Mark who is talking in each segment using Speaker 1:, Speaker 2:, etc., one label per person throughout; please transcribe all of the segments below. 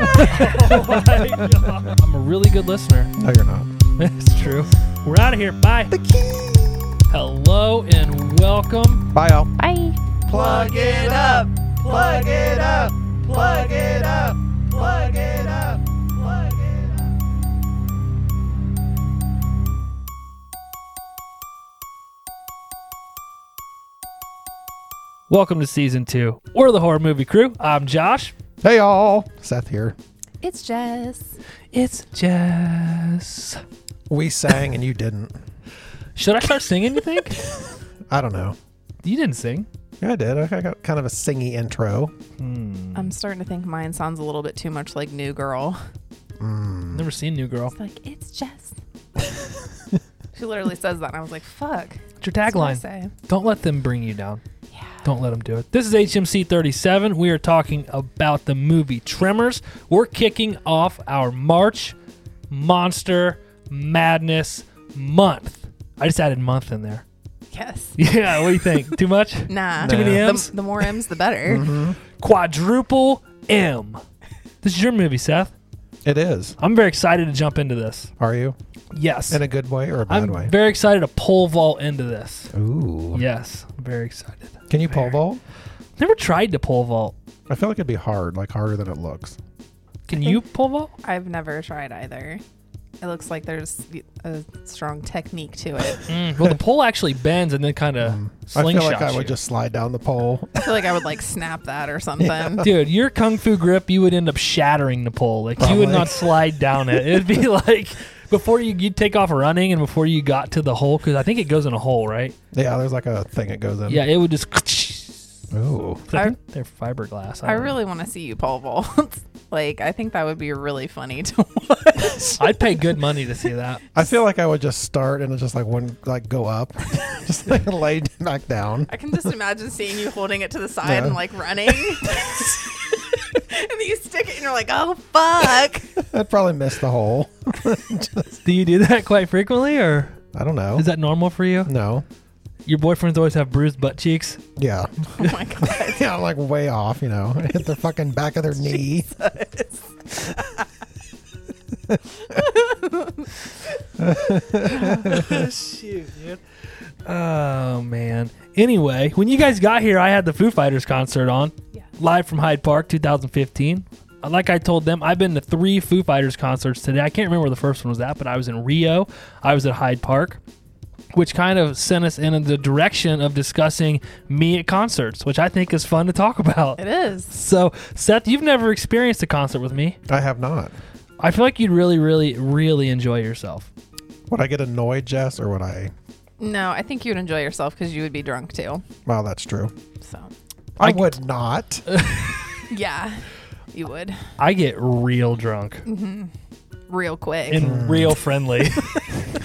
Speaker 1: oh my God. I'm a really good listener.
Speaker 2: No, you're not.
Speaker 1: That's true. We're out of here. Bye. Hello and welcome.
Speaker 2: Bye, y'all.
Speaker 3: Bye.
Speaker 2: Plug it up. Plug it up. Plug it up. Plug it up. Plug it up.
Speaker 1: Welcome to season two. We're the horror movie crew. I'm Josh.
Speaker 2: Hey, y'all. Seth here.
Speaker 3: It's Jess.
Speaker 1: It's Jess.
Speaker 2: We sang and you didn't.
Speaker 1: Should I start singing, you think?
Speaker 2: I don't know.
Speaker 1: you didn't sing.
Speaker 2: Yeah, I did. I I got kind of a singy intro.
Speaker 4: I'm starting to think mine sounds a little bit too much like New Girl.
Speaker 1: Never seen New Girl.
Speaker 4: It's like, it's Jess. she literally says that. And I was like, fuck.
Speaker 1: What's your
Speaker 4: That's what I
Speaker 1: tagline?
Speaker 4: say.
Speaker 1: Don't let them bring you down. Don't let them do it. This is HMC 37. We are talking about the movie Tremors. We're kicking off our March Monster Madness month. I just added month in there.
Speaker 4: Yes.
Speaker 1: Yeah, what do you think? Too much?
Speaker 4: Nah.
Speaker 2: Too many Mm-hmm.
Speaker 1: M's?
Speaker 4: The, the more M's, the better.
Speaker 1: Quadruple M. This is your movie, Seth.
Speaker 2: It is.
Speaker 1: I'm very excited to jump into this.
Speaker 2: Are you?
Speaker 1: Yes.
Speaker 2: In a good way or a bad
Speaker 1: I'm
Speaker 2: way?
Speaker 1: very excited to pole vault into this.
Speaker 2: Ooh.
Speaker 1: Yes, I'm very excited.
Speaker 2: Can you pole vault?
Speaker 1: Never tried to pole vault.
Speaker 2: I feel like it'd be hard, like harder than it looks.
Speaker 1: Can you pole vault?
Speaker 4: I've never tried either. It looks like there's a strong technique to it.
Speaker 1: Mm, well, the pole actually bends and then kind of
Speaker 2: I feel
Speaker 1: slingshots
Speaker 2: like I
Speaker 1: you.
Speaker 2: would just slide down the pole.
Speaker 4: I feel like I would like snap that or something.
Speaker 1: Dude, your kung fu grip, you would end up shattering the pole. Like you
Speaker 2: Probably.
Speaker 1: would not slide down it. It'd be like before you you would take off running and before you got to the hole, because I think it goes in a hole, right?
Speaker 2: yeah, there's like a thing it goes in.
Speaker 1: Yeah, it would just.
Speaker 2: Ooh.
Speaker 1: I
Speaker 4: I-
Speaker 1: think they're fiberglass.
Speaker 4: I
Speaker 1: don't know.
Speaker 4: really want to see you pole vault. like, I think that would be really funny to watch.
Speaker 1: I'd pay good money to see that.
Speaker 2: I feel like I would just start and just like one like go up, just like lay back down.
Speaker 4: I can just imagine seeing you holding it to the side
Speaker 2: Yeah.
Speaker 4: and like running. and then you stick it and you're like, oh, fuck.
Speaker 2: I'd probably miss the hole.
Speaker 1: Do you do that quite frequently, or
Speaker 2: I don't know.
Speaker 1: is that normal for you?
Speaker 2: no?
Speaker 1: Your boyfriends always have bruised butt cheeks.
Speaker 2: Yeah,
Speaker 4: oh my God.
Speaker 2: yeah, I'm like way off. You know, hit the fucking back of their knee.
Speaker 1: Shoot, dude. Oh man. Anyway, when you guys got here, I had the Foo Fighters concert on,
Speaker 4: Yeah.
Speaker 1: live from Hyde Park, 2015. Uh, Like I told them, I've been to three Foo Fighters concerts today. I can't remember where the first one was at, but I was in Rio. I was at Hyde Park, which kind of sent us in the direction of discussing me at concerts, which I think is fun to talk about.
Speaker 4: It is.
Speaker 1: So, Seth, you've never experienced a concert with me.
Speaker 2: I have not.
Speaker 1: I feel like you'd really, really, really enjoy yourself.
Speaker 2: Would I get annoyed, Jess, or would I?
Speaker 4: No, I think you'd enjoy yourself because you would be drunk too.
Speaker 2: Well, that's true.
Speaker 4: So,
Speaker 2: I,
Speaker 1: I-
Speaker 2: would not.
Speaker 4: yeah, you would. Mm-hmm.
Speaker 1: I get real drunk.
Speaker 4: Real quick.
Speaker 1: and real friendly.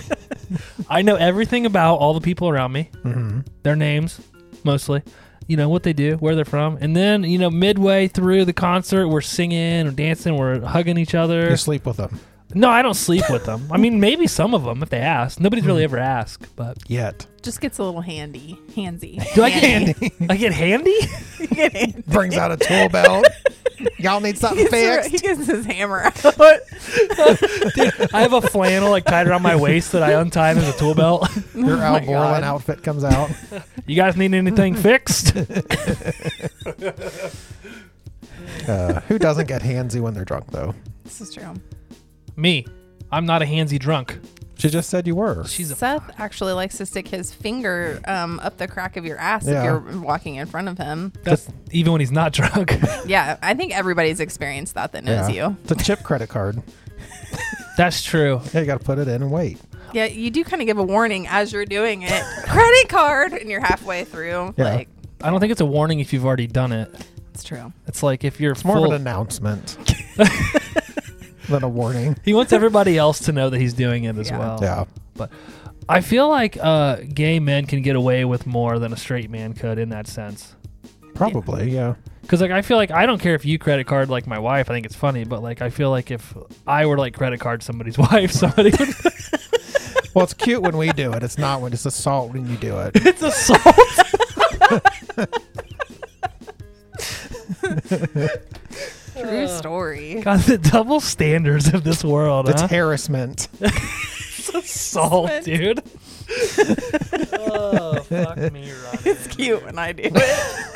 Speaker 1: I know everything about all the people around me,
Speaker 2: Mm-hmm.
Speaker 1: their names mostly, you know, what they do, where they're from. And then, you know, midway through the concert, we're singing, we're dancing, we're hugging each other.
Speaker 2: You sleep with them
Speaker 1: No, I don't sleep with them. I mean, maybe some of them if they ask. Nobody's really ever asked, but
Speaker 2: yet?
Speaker 4: Just gets a little handy. Handsy.
Speaker 1: do I get handy? I get handy?
Speaker 2: Brings out a tool belt. Y'all need something fixed.
Speaker 4: He gets his hammer out.
Speaker 1: I have a flannel like tied around my waist that I untie as a tool belt.
Speaker 2: Your Al Borland
Speaker 4: God.
Speaker 2: outfit comes out.
Speaker 1: You guys need anything fixed?
Speaker 2: Uh, who doesn't get handsy when they're drunk though?
Speaker 4: This is true.
Speaker 1: me. I'm not a handsy drunk.
Speaker 2: She just said you were.
Speaker 1: She's a
Speaker 4: Seth actually likes to stick his finger um, up the crack of your ass
Speaker 2: Yeah.
Speaker 4: if you're walking in front of him.
Speaker 1: That's even when he's not drunk.
Speaker 4: Yeah, I think everybody's experienced that that knows you.
Speaker 2: It's a chip credit card.
Speaker 1: That's true.
Speaker 2: Yeah, you got to put it in and wait.
Speaker 4: Yeah, you do kind of give a warning as you're doing it. Credit card, and you're halfway through.
Speaker 2: Yeah.
Speaker 4: Like,
Speaker 1: I don't think it's a warning if you've already done it.
Speaker 4: it's true.
Speaker 1: It's like if you're
Speaker 2: More
Speaker 1: full,
Speaker 2: of an announcement. than a warning.
Speaker 1: He wants everybody else to know that he's doing it as
Speaker 4: Yeah.
Speaker 1: well.
Speaker 2: Yeah.
Speaker 1: I feel like uh, gay men can get away with more than a straight man could in that sense.
Speaker 2: Probably, yeah.
Speaker 1: Cause like I feel like I don't care if you credit card like my wife. I think it's funny, but like I feel like if I were to, like credit card somebody's wife, somebody would.
Speaker 2: Well, it's cute when we do it. It's not when it's assault when you do it.
Speaker 1: it's assault.
Speaker 4: True story.
Speaker 1: God, the double standards of this world.
Speaker 2: It's
Speaker 1: huh?
Speaker 2: harassment.
Speaker 1: assault, dude. oh fuck me, Ronnie.
Speaker 4: It's cute when I do it.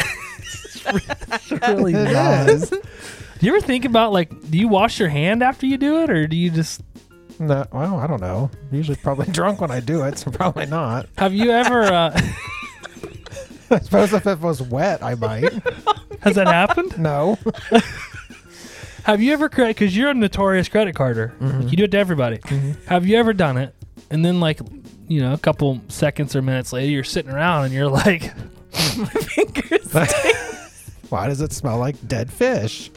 Speaker 1: really not. Do you ever think about like, do you wash your hand after you do it, or do you just
Speaker 2: No, well, I don't know. I'm usually probably drunk when I do it, so probably not.
Speaker 1: have you ever uh,
Speaker 2: I suppose if it was wet, I might.
Speaker 1: has that happened?
Speaker 2: No.
Speaker 1: Have you ever credit because you're a notorious credit carder, like you do it to everybody. Have you ever done it and then like, you know, a couple seconds or minutes later, you're sitting around and you're like,
Speaker 4: Fingers.
Speaker 2: Why does it smell like dead fish?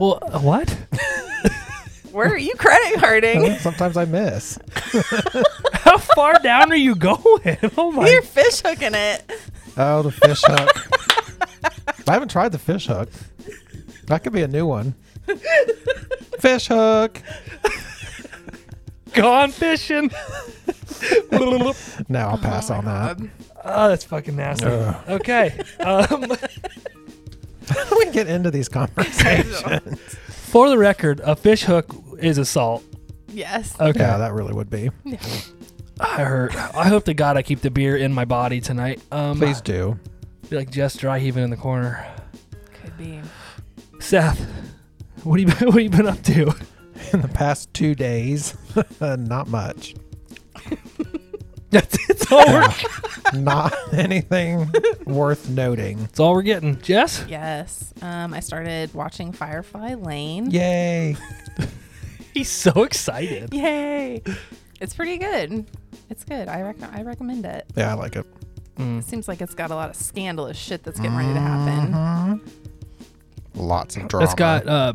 Speaker 1: well, uh, what?
Speaker 4: Where are you credit carding?
Speaker 2: Sometimes I miss.
Speaker 1: How far down are you going? Oh my!
Speaker 4: You're fish hooking it.
Speaker 2: Oh, the fish hook. I haven't tried the fish hook. That could be a new one. Fish hook.
Speaker 1: Gone fishing.
Speaker 2: No, I'll pass on that.
Speaker 1: Oh, that's fucking nasty.
Speaker 2: Ugh.
Speaker 1: Okay. Um,
Speaker 2: How do we get into these conversations?
Speaker 4: Um,
Speaker 1: for the record, a fish hook is assault.
Speaker 4: Yes.
Speaker 1: Okay.
Speaker 2: yeah, that really would be.
Speaker 1: I hurt. I hope to God I keep the beer in my body tonight. Um,
Speaker 2: Please do.
Speaker 1: Be like Jess dry heaving in the corner.
Speaker 4: Could be.
Speaker 1: Seth, what have you been, what have you been up to?
Speaker 2: In the past two days, not much.
Speaker 1: That's it's all we're
Speaker 2: Not anything worth noting.
Speaker 1: it's all we're getting. Jess,
Speaker 4: Yes. Um, I started watching Firefly Lane.
Speaker 2: Yay.
Speaker 1: he's so excited.
Speaker 4: Yay. It's pretty good. It's good. I rec- I recommend it.
Speaker 2: Yeah, I like it.
Speaker 1: Mm.
Speaker 4: It seems like it's got a lot of scandalous shit that's getting ready to happen.
Speaker 2: Lots of drama.
Speaker 1: It's got uh,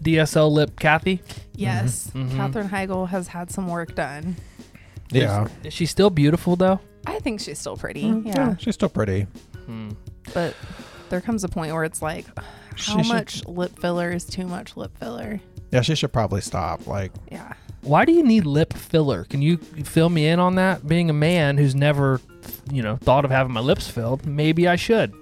Speaker 1: DSL lip Kathy.
Speaker 4: Yes.
Speaker 2: Mm-hmm.
Speaker 4: Katherine Heigl has had some work done.
Speaker 2: yeah.
Speaker 1: Is she still beautiful though?
Speaker 4: I think she's still pretty.
Speaker 2: Mm-hmm. yeah.
Speaker 4: Yeah.
Speaker 2: She's still pretty.
Speaker 4: But there comes a point where it's like,
Speaker 2: She
Speaker 4: how
Speaker 2: should-
Speaker 4: much lip filler is too much lip filler?
Speaker 2: Yeah, she should probably stop. Like,
Speaker 4: Yeah.
Speaker 1: Why do you need lip filler? Can you fill me in on that? Being a man who's never, you know, thought of having my lips filled, maybe I should.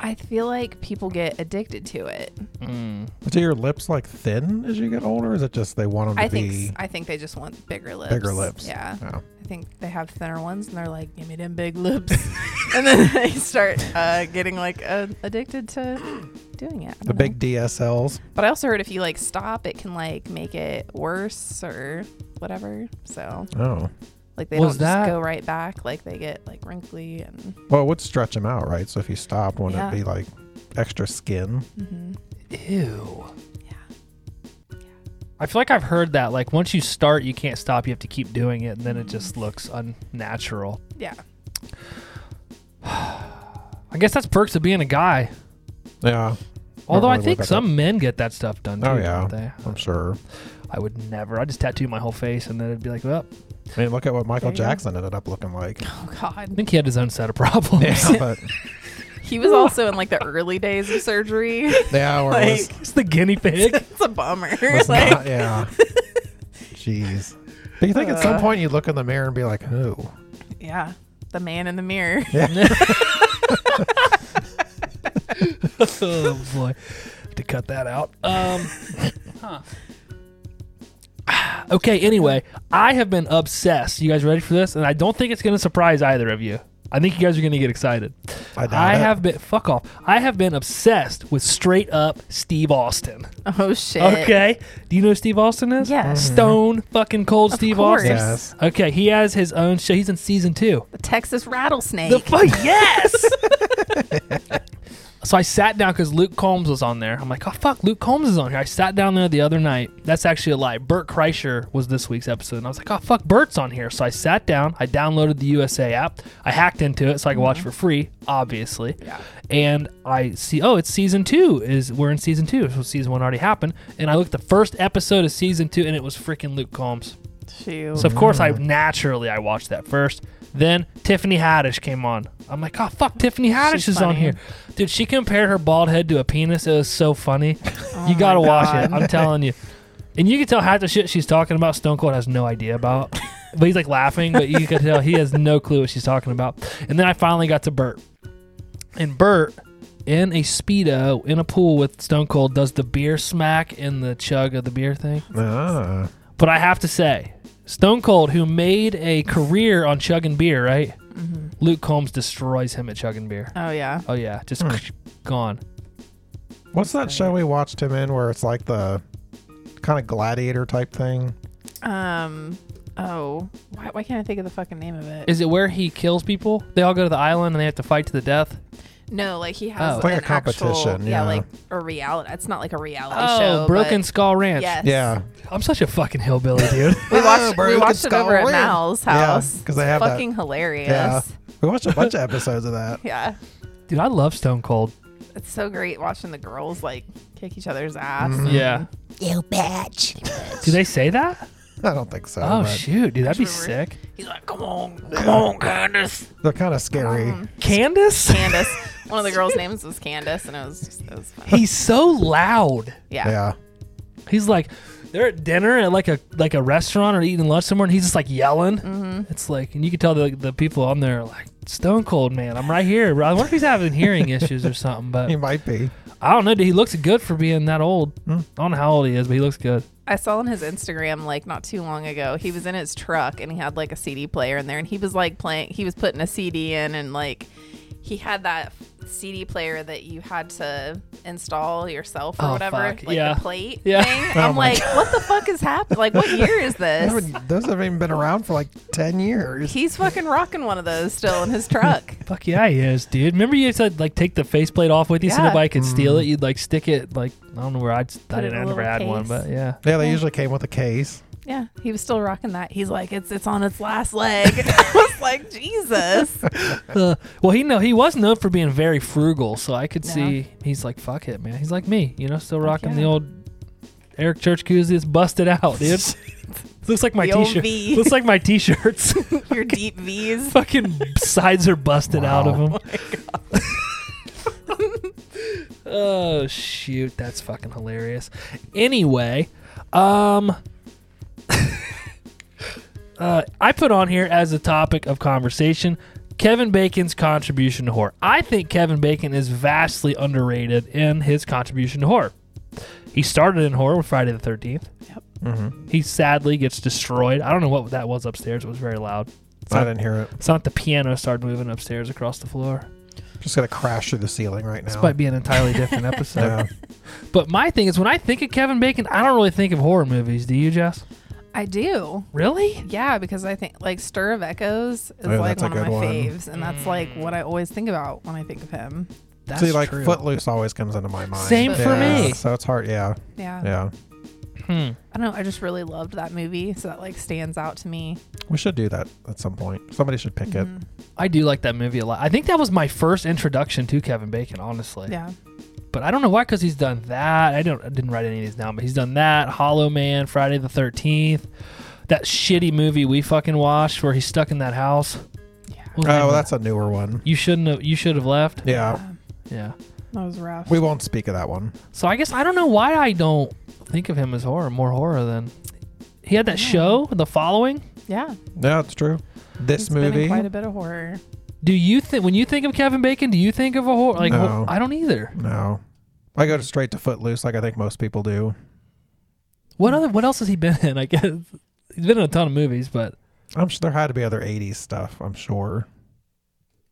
Speaker 4: I feel like people get addicted to it.
Speaker 2: do your lips like thin as you get older? Or is it just they want them to
Speaker 4: I
Speaker 2: be
Speaker 4: think I think they just want bigger lips.
Speaker 2: bigger lips?
Speaker 4: Yeah.
Speaker 2: Oh.
Speaker 4: I think they have thinner ones, and they're like, "Give me them big lips," and then they start uh, getting like uh, addicted to doing it. I
Speaker 2: The
Speaker 4: don't
Speaker 2: big DSLs.
Speaker 4: know. but I also heard if you like stop, it can like make it worse or whatever. So
Speaker 2: Oh.
Speaker 4: like they
Speaker 1: Was
Speaker 4: don't
Speaker 1: that-
Speaker 4: just go right back. Like they get like wrinkly and
Speaker 2: Well, it would stretch them out, right? So if you stopped, wouldn't
Speaker 4: Yeah.
Speaker 2: it be like extra skin?
Speaker 4: mm-hmm.
Speaker 1: Ew. I feel like I've heard that. Like once you start, you can't stop. You have to keep doing it, and then it just looks unnatural.
Speaker 4: yeah,
Speaker 1: I guess that's perks of being a guy.
Speaker 2: Yeah.
Speaker 1: Although I
Speaker 2: really
Speaker 1: think
Speaker 2: look at
Speaker 1: some men get that stuff done too.
Speaker 2: Oh, yeah.
Speaker 1: Don't they?
Speaker 2: I'm sure.
Speaker 1: I would never. I just tattoo my whole face, and then it'd be like, "Oh, well,
Speaker 2: I mean, look at what Michael
Speaker 4: There you go.
Speaker 2: Jackson ended up looking like.
Speaker 4: oh
Speaker 1: I
Speaker 4: god.
Speaker 1: think he had his own set of problems.
Speaker 2: Yeah, but
Speaker 4: He was also in like the early days of surgery.
Speaker 2: yeah, or it was,
Speaker 4: Like-
Speaker 1: it's the guinea pig.
Speaker 4: it's a bummer.
Speaker 2: was
Speaker 4: like
Speaker 2: not, yeah. Jeez. But you think at some
Speaker 4: Uh.
Speaker 2: point you look in the mirror and be like, "Who?"
Speaker 4: yeah, the man in the mirror.
Speaker 1: oh boy, Have to cut that out. Um. huh. Okay. Anyway, I have been obsessed. You guys ready for this? And I don't think it's going to surprise either of you. I think you guys are going to get excited.
Speaker 2: I doubt
Speaker 1: I
Speaker 2: it.
Speaker 1: have been fuck off. I have been obsessed with straight up Steve Austin.
Speaker 4: Oh shit.
Speaker 1: Okay. Do you know who Steve Austin is?
Speaker 4: Yes.
Speaker 1: Stone fucking cold
Speaker 4: Of
Speaker 1: Steve
Speaker 4: course.
Speaker 1: Austin.
Speaker 2: Yes.
Speaker 1: Okay, he has his own show. He's in season two.
Speaker 4: The Texas rattlesnake.
Speaker 1: The fuck yes. So I sat down because Luke Combs was on there. I'm like, oh fuck, Luke Combs is on here. I sat down there the other night. That's actually a lie. Bert Kreischer was this week's episode, and I was like, oh fuck, Bert's on here. So I sat down. I downloaded the USA app. I hacked into it so I could watch for free, obviously. Yeah. And I see, oh, it's season two. Is we're in season two. So season one already happened. And I looked at the first episode of season two, and it was freaking Luke Combs.
Speaker 4: Shoot.
Speaker 1: So of course
Speaker 4: Mm.
Speaker 1: I naturally I watched that first. Then Tiffany Haddish came on. I'm like, oh fuck, Tiffany Haddish
Speaker 4: She's
Speaker 1: is on
Speaker 4: funny.
Speaker 1: here, dude. She compared her bald head to a penis. It was so funny.
Speaker 4: Oh
Speaker 1: you gotta watch it. I'm telling you. And you can tell half the shit she's talking about, Stone Cold has no idea about. But he's like laughing, but you can tell he has no clue what she's talking about. And then I finally got to Bert. And Bert, in a Speedo, in a pool with Stone Cold, does the beer smack and the chug of the beer thing.
Speaker 2: Ah.
Speaker 1: But I have to say, Stone Cold, who made a career on chugging beer, right?
Speaker 4: Mm-hmm.
Speaker 1: Luke Combs destroys him at chugging beer.
Speaker 4: oh yeah.
Speaker 1: Oh yeah, just
Speaker 2: Hmm.
Speaker 1: gone.
Speaker 2: What's that show we watched him in where it's like the kind of gladiator type thing?
Speaker 4: Um. Oh. Why, why can't I think of the fucking name of it?
Speaker 1: Is it where he kills people? They all go to the island and they have to fight to the death.
Speaker 4: no, like he
Speaker 1: Oh.
Speaker 4: has
Speaker 1: It's
Speaker 2: like a
Speaker 4: an actual-
Speaker 2: competition, yeah.
Speaker 4: like a reality. It's not like a reality
Speaker 1: Oh,
Speaker 4: show.
Speaker 1: Broken
Speaker 4: but-
Speaker 1: Skull Ranch.
Speaker 4: Yes.
Speaker 2: Yeah.
Speaker 1: I'm such a fucking hillbilly, dude.
Speaker 4: We watched,
Speaker 2: Oh,
Speaker 4: we
Speaker 2: Broken
Speaker 4: watched it
Speaker 2: Skull
Speaker 4: over at
Speaker 2: Ranch.
Speaker 4: Mal's house.
Speaker 2: Yeah, 'cause they
Speaker 4: It's
Speaker 2: have that-
Speaker 4: fucking hilarious.
Speaker 2: Yeah. We watched a bunch of episodes of that.
Speaker 4: Yeah.
Speaker 1: dude, I love Stone Cold.
Speaker 4: It's so great watching the girls like kick each other's ass.
Speaker 2: Mm-hmm.
Speaker 1: Yeah.
Speaker 3: You bitch.
Speaker 1: Do they say that?
Speaker 2: I don't think so.
Speaker 1: Oh
Speaker 2: but
Speaker 1: shoot, dude, that'd be
Speaker 4: Sure.
Speaker 1: sick.
Speaker 4: He's like, come on, come on, Candace.
Speaker 2: They're kind of scary.
Speaker 1: Candace?
Speaker 4: Candace. One of the girls' names was Candace, and it was just, it was fun.
Speaker 1: He's so loud.
Speaker 4: Yeah.
Speaker 2: yeah.
Speaker 1: He's like, they're at dinner at like a like a restaurant or eating lunch somewhere, and he's just like yelling.
Speaker 4: Mm-hmm.
Speaker 1: It's like, and you can tell the the people on there are like stone cold, man. I'm right here. bro." I wonder if he's having hearing issues or something,
Speaker 2: He
Speaker 1: but
Speaker 2: might be.
Speaker 1: I don't know. Dude, he looks good for being that old.
Speaker 4: Mm.
Speaker 1: I don't know how old he is, but he looks good.
Speaker 4: I saw on his Instagram like not too long ago. He was in his truck and he had like a CD player in there, and he was like playing. He was putting a CD in, and like he had that CD player that you had to install yourself or
Speaker 1: Oh,
Speaker 4: whatever,
Speaker 1: fuck.
Speaker 4: like
Speaker 1: Yeah.
Speaker 4: the plate
Speaker 1: Yeah.
Speaker 4: thing.
Speaker 2: Oh
Speaker 4: I'm
Speaker 2: my
Speaker 4: like, what the fuck is happening? Like, what year is
Speaker 2: They
Speaker 4: this?
Speaker 2: haven't- Those haven't even been around for like 10 years.
Speaker 4: He's fucking rocking one of those still in his truck.
Speaker 1: Fuck yeah, he is, dude. Remember you said like take the faceplate off with you so
Speaker 4: Yeah. Mm.
Speaker 1: nobody could steal it. You'd like stick it like I don't know where I'd, I
Speaker 4: it in
Speaker 1: didn't
Speaker 4: a
Speaker 1: I never
Speaker 4: little
Speaker 1: had one,
Speaker 4: case.
Speaker 1: but yeah.
Speaker 2: Yeah, they usually came with a case.
Speaker 4: Yeah, he was still rocking that. He's like, it's it's on its last leg. I was like, Jesus.
Speaker 1: Uh, well, he know he was known for being very frugal, so I could see he's like, "Fuck it, man." He's like me, you know, still rocking the
Speaker 4: yeah.
Speaker 1: old Eric Church koozie. It's busted out, dude. looks like my
Speaker 4: The old
Speaker 1: t-shirt.
Speaker 4: V.
Speaker 1: Looks like my t-shirts.
Speaker 4: Your deep V's.
Speaker 1: Fucking sides are busted out of
Speaker 2: Wow.
Speaker 1: them. Oh, shoot, that's fucking hilarious. Anyway, um. Uh, I put on here as a topic of conversation Kevin Bacon's contribution to horror. I think Kevin Bacon is vastly underrated in his contribution to horror. He started in horror with Friday the 13th. Yep. He sadly gets destroyed. I don't know what that was upstairs. It was very loud.
Speaker 2: I didn't hear it.
Speaker 1: It's not the piano started moving upstairs across the floor.
Speaker 2: Just going to crash through the ceiling right now.
Speaker 1: This might be an entirely different episode.
Speaker 2: yeah.
Speaker 1: But my thing is, when I think of Kevin Bacon, I don't really think of horror movies. Do you, Jess?
Speaker 4: I do.
Speaker 1: Really?
Speaker 4: Yeah, because I think like Stir of Echoes is
Speaker 2: Oh, Yeah,
Speaker 4: like
Speaker 2: that's a
Speaker 4: one of
Speaker 2: good
Speaker 4: my
Speaker 2: one.
Speaker 4: faves, and that's like what I always think about when I think of him.
Speaker 1: That's
Speaker 2: See, like
Speaker 1: true.
Speaker 2: Footloose always comes into my mind.
Speaker 1: Same
Speaker 4: for
Speaker 2: Yeah,
Speaker 1: me.
Speaker 2: So it's hard. Yeah.
Speaker 4: Yeah.
Speaker 2: Yeah.
Speaker 1: Hmm.
Speaker 4: I don't know. I just really loved that movie, so that like stands out to me. Mm-hmm.
Speaker 2: We should do that at some point. Somebody should pick it.
Speaker 1: I do like that movie a lot. I think that was my first introduction to Kevin Bacon, honestly.
Speaker 4: Yeah.
Speaker 1: But I don't know why, because he's done that. I don't. I didn't write any of these down, but he's done that. Hollow Man, Friday the Thirteenth, that shitty movie we fucking watched where he's stuck in that house.
Speaker 4: Yeah.
Speaker 1: What was the name
Speaker 2: Oh,
Speaker 1: of
Speaker 2: that's a newer one.
Speaker 1: that? you shouldn't have. You should have left.
Speaker 2: Yeah.
Speaker 1: Yeah.
Speaker 4: That was rough.
Speaker 2: We won't speak of that one.
Speaker 1: So I guess I don't know why I don't think of him as horror, more horror than he had that show, The Following.
Speaker 4: yeah.
Speaker 2: Yeah, it's true. This
Speaker 4: He's been in
Speaker 2: movie.
Speaker 4: quite a bit of horror.
Speaker 1: Do you think when you think of Kevin Bacon, do you think of a horror? Like
Speaker 2: No.
Speaker 1: wh- I don't either.
Speaker 2: No. I go straight to Footloose like I think most people do.
Speaker 1: What other? What else has he been in? I guess he's been in a ton of movies, but
Speaker 2: I'm sure there had to be other 80s stuff, I'm sure.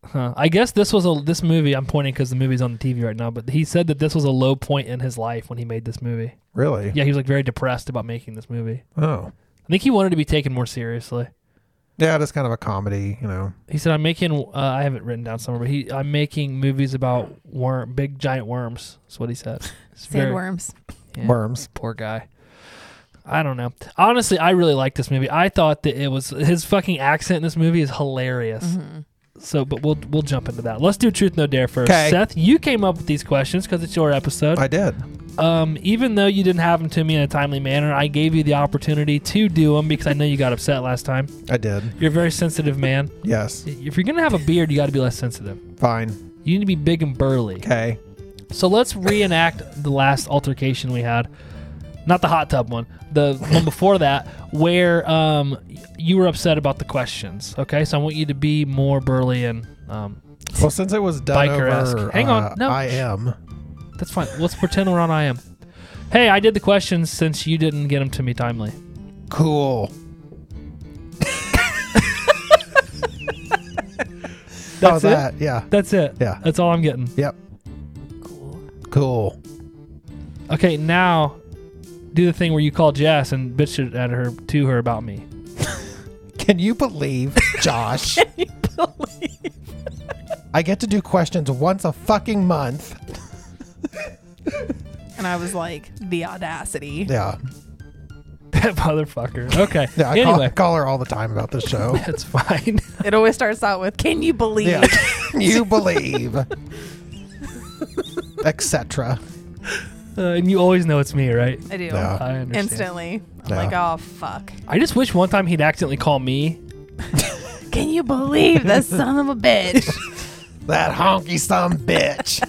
Speaker 1: huh. I guess this was a this movie. I'm pointing because the movie's on the TV right now. But he said that this was a low point in his life when he made this movie.
Speaker 2: Really?
Speaker 1: Yeah, he was like very depressed about making this movie.
Speaker 2: Oh.
Speaker 1: I think he wanted to be taken more seriously.
Speaker 2: Yeah, that's kind of a comedy, you know.
Speaker 1: He said, "I'm making. Uh, I have it written down somewhere, but he, I'm making movies about worm, big giant worms." That's what he said. It's very-
Speaker 4: Sandworms.
Speaker 1: Yeah.
Speaker 2: Worms.
Speaker 1: Poor guy. I don't know. Honestly, I really like this movie. I thought that it was his fucking accent in this movie is hilarious.
Speaker 4: Mm-hmm.
Speaker 1: So, but we'll we'll jump into that. Let's do truth no dare first.
Speaker 2: 'Kay.
Speaker 1: Seth, you came up with these questions because it's your episode.
Speaker 2: I did.
Speaker 1: um, even though you didn't have them to me in a timely manner, I gave you the opportunity to do them because I know you got upset last time.
Speaker 2: I did.
Speaker 1: You're a very sensitive man.
Speaker 2: Yes.
Speaker 1: If you're gonna have a beard, you got to be less sensitive.
Speaker 2: Fine.
Speaker 1: You need to be big and burly.
Speaker 2: Okay.
Speaker 1: So let's reenact the last altercation we had. Not the hot tub one, the one before that, where um, you were upset about the questions. Okay, so I want you to be more burly and um,
Speaker 2: Well, since it was done
Speaker 1: Biker-esque.
Speaker 2: over,
Speaker 1: Hang on,
Speaker 2: uh,
Speaker 1: no.
Speaker 2: I am.
Speaker 1: that's fine. Let's pretend we're on I am. Hey, I did the questions since you didn't get them to me timely.
Speaker 2: Cool.
Speaker 1: That's
Speaker 2: oh,
Speaker 1: it?
Speaker 2: that. Yeah.
Speaker 1: That's it.
Speaker 2: Yeah.
Speaker 1: That's all I'm getting.
Speaker 2: Yep. Cool.
Speaker 1: Okay, now do the thing where you call Jess and bitch it at her to her about me.
Speaker 2: Can you believe, Josh? I get to do questions once a fucking month.
Speaker 4: And I was like, the audacity.
Speaker 2: Yeah.
Speaker 1: That motherfucker. Okay.
Speaker 2: Yeah. I, call, I
Speaker 1: anyway,
Speaker 2: call her all the time about this show.
Speaker 1: that's fine.
Speaker 4: It always starts out with, can you believe?
Speaker 2: yeah. Can you believe? Etc.
Speaker 1: Uh, and you always know it's me, right?
Speaker 4: I do.
Speaker 2: Yeah.
Speaker 1: I understand.
Speaker 4: Instantly. I'm
Speaker 2: Yeah.
Speaker 4: like, oh, fuck.
Speaker 1: I just wish one time he'd accidentally call me.
Speaker 4: Can you believe that son of a bitch?
Speaker 2: That honky some bitch.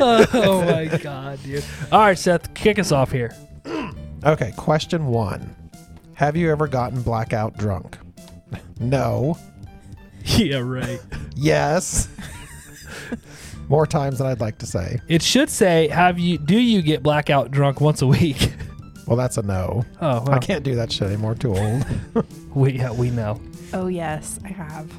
Speaker 1: oh my god, dude. All right, Seth, kick us off here.
Speaker 2: Okay, question one. Have you ever gotten blackout drunk? No.
Speaker 1: Yeah, right.
Speaker 2: Yes. More times than I'd like to say.
Speaker 1: It should say, "Have you? Do you get blackout drunk once a week?"
Speaker 2: Well, that's a no.
Speaker 1: Oh,
Speaker 2: I
Speaker 1: well,
Speaker 2: can't do that shit anymore. Too old.
Speaker 1: we yeah, we know.
Speaker 4: oh, yes, I have.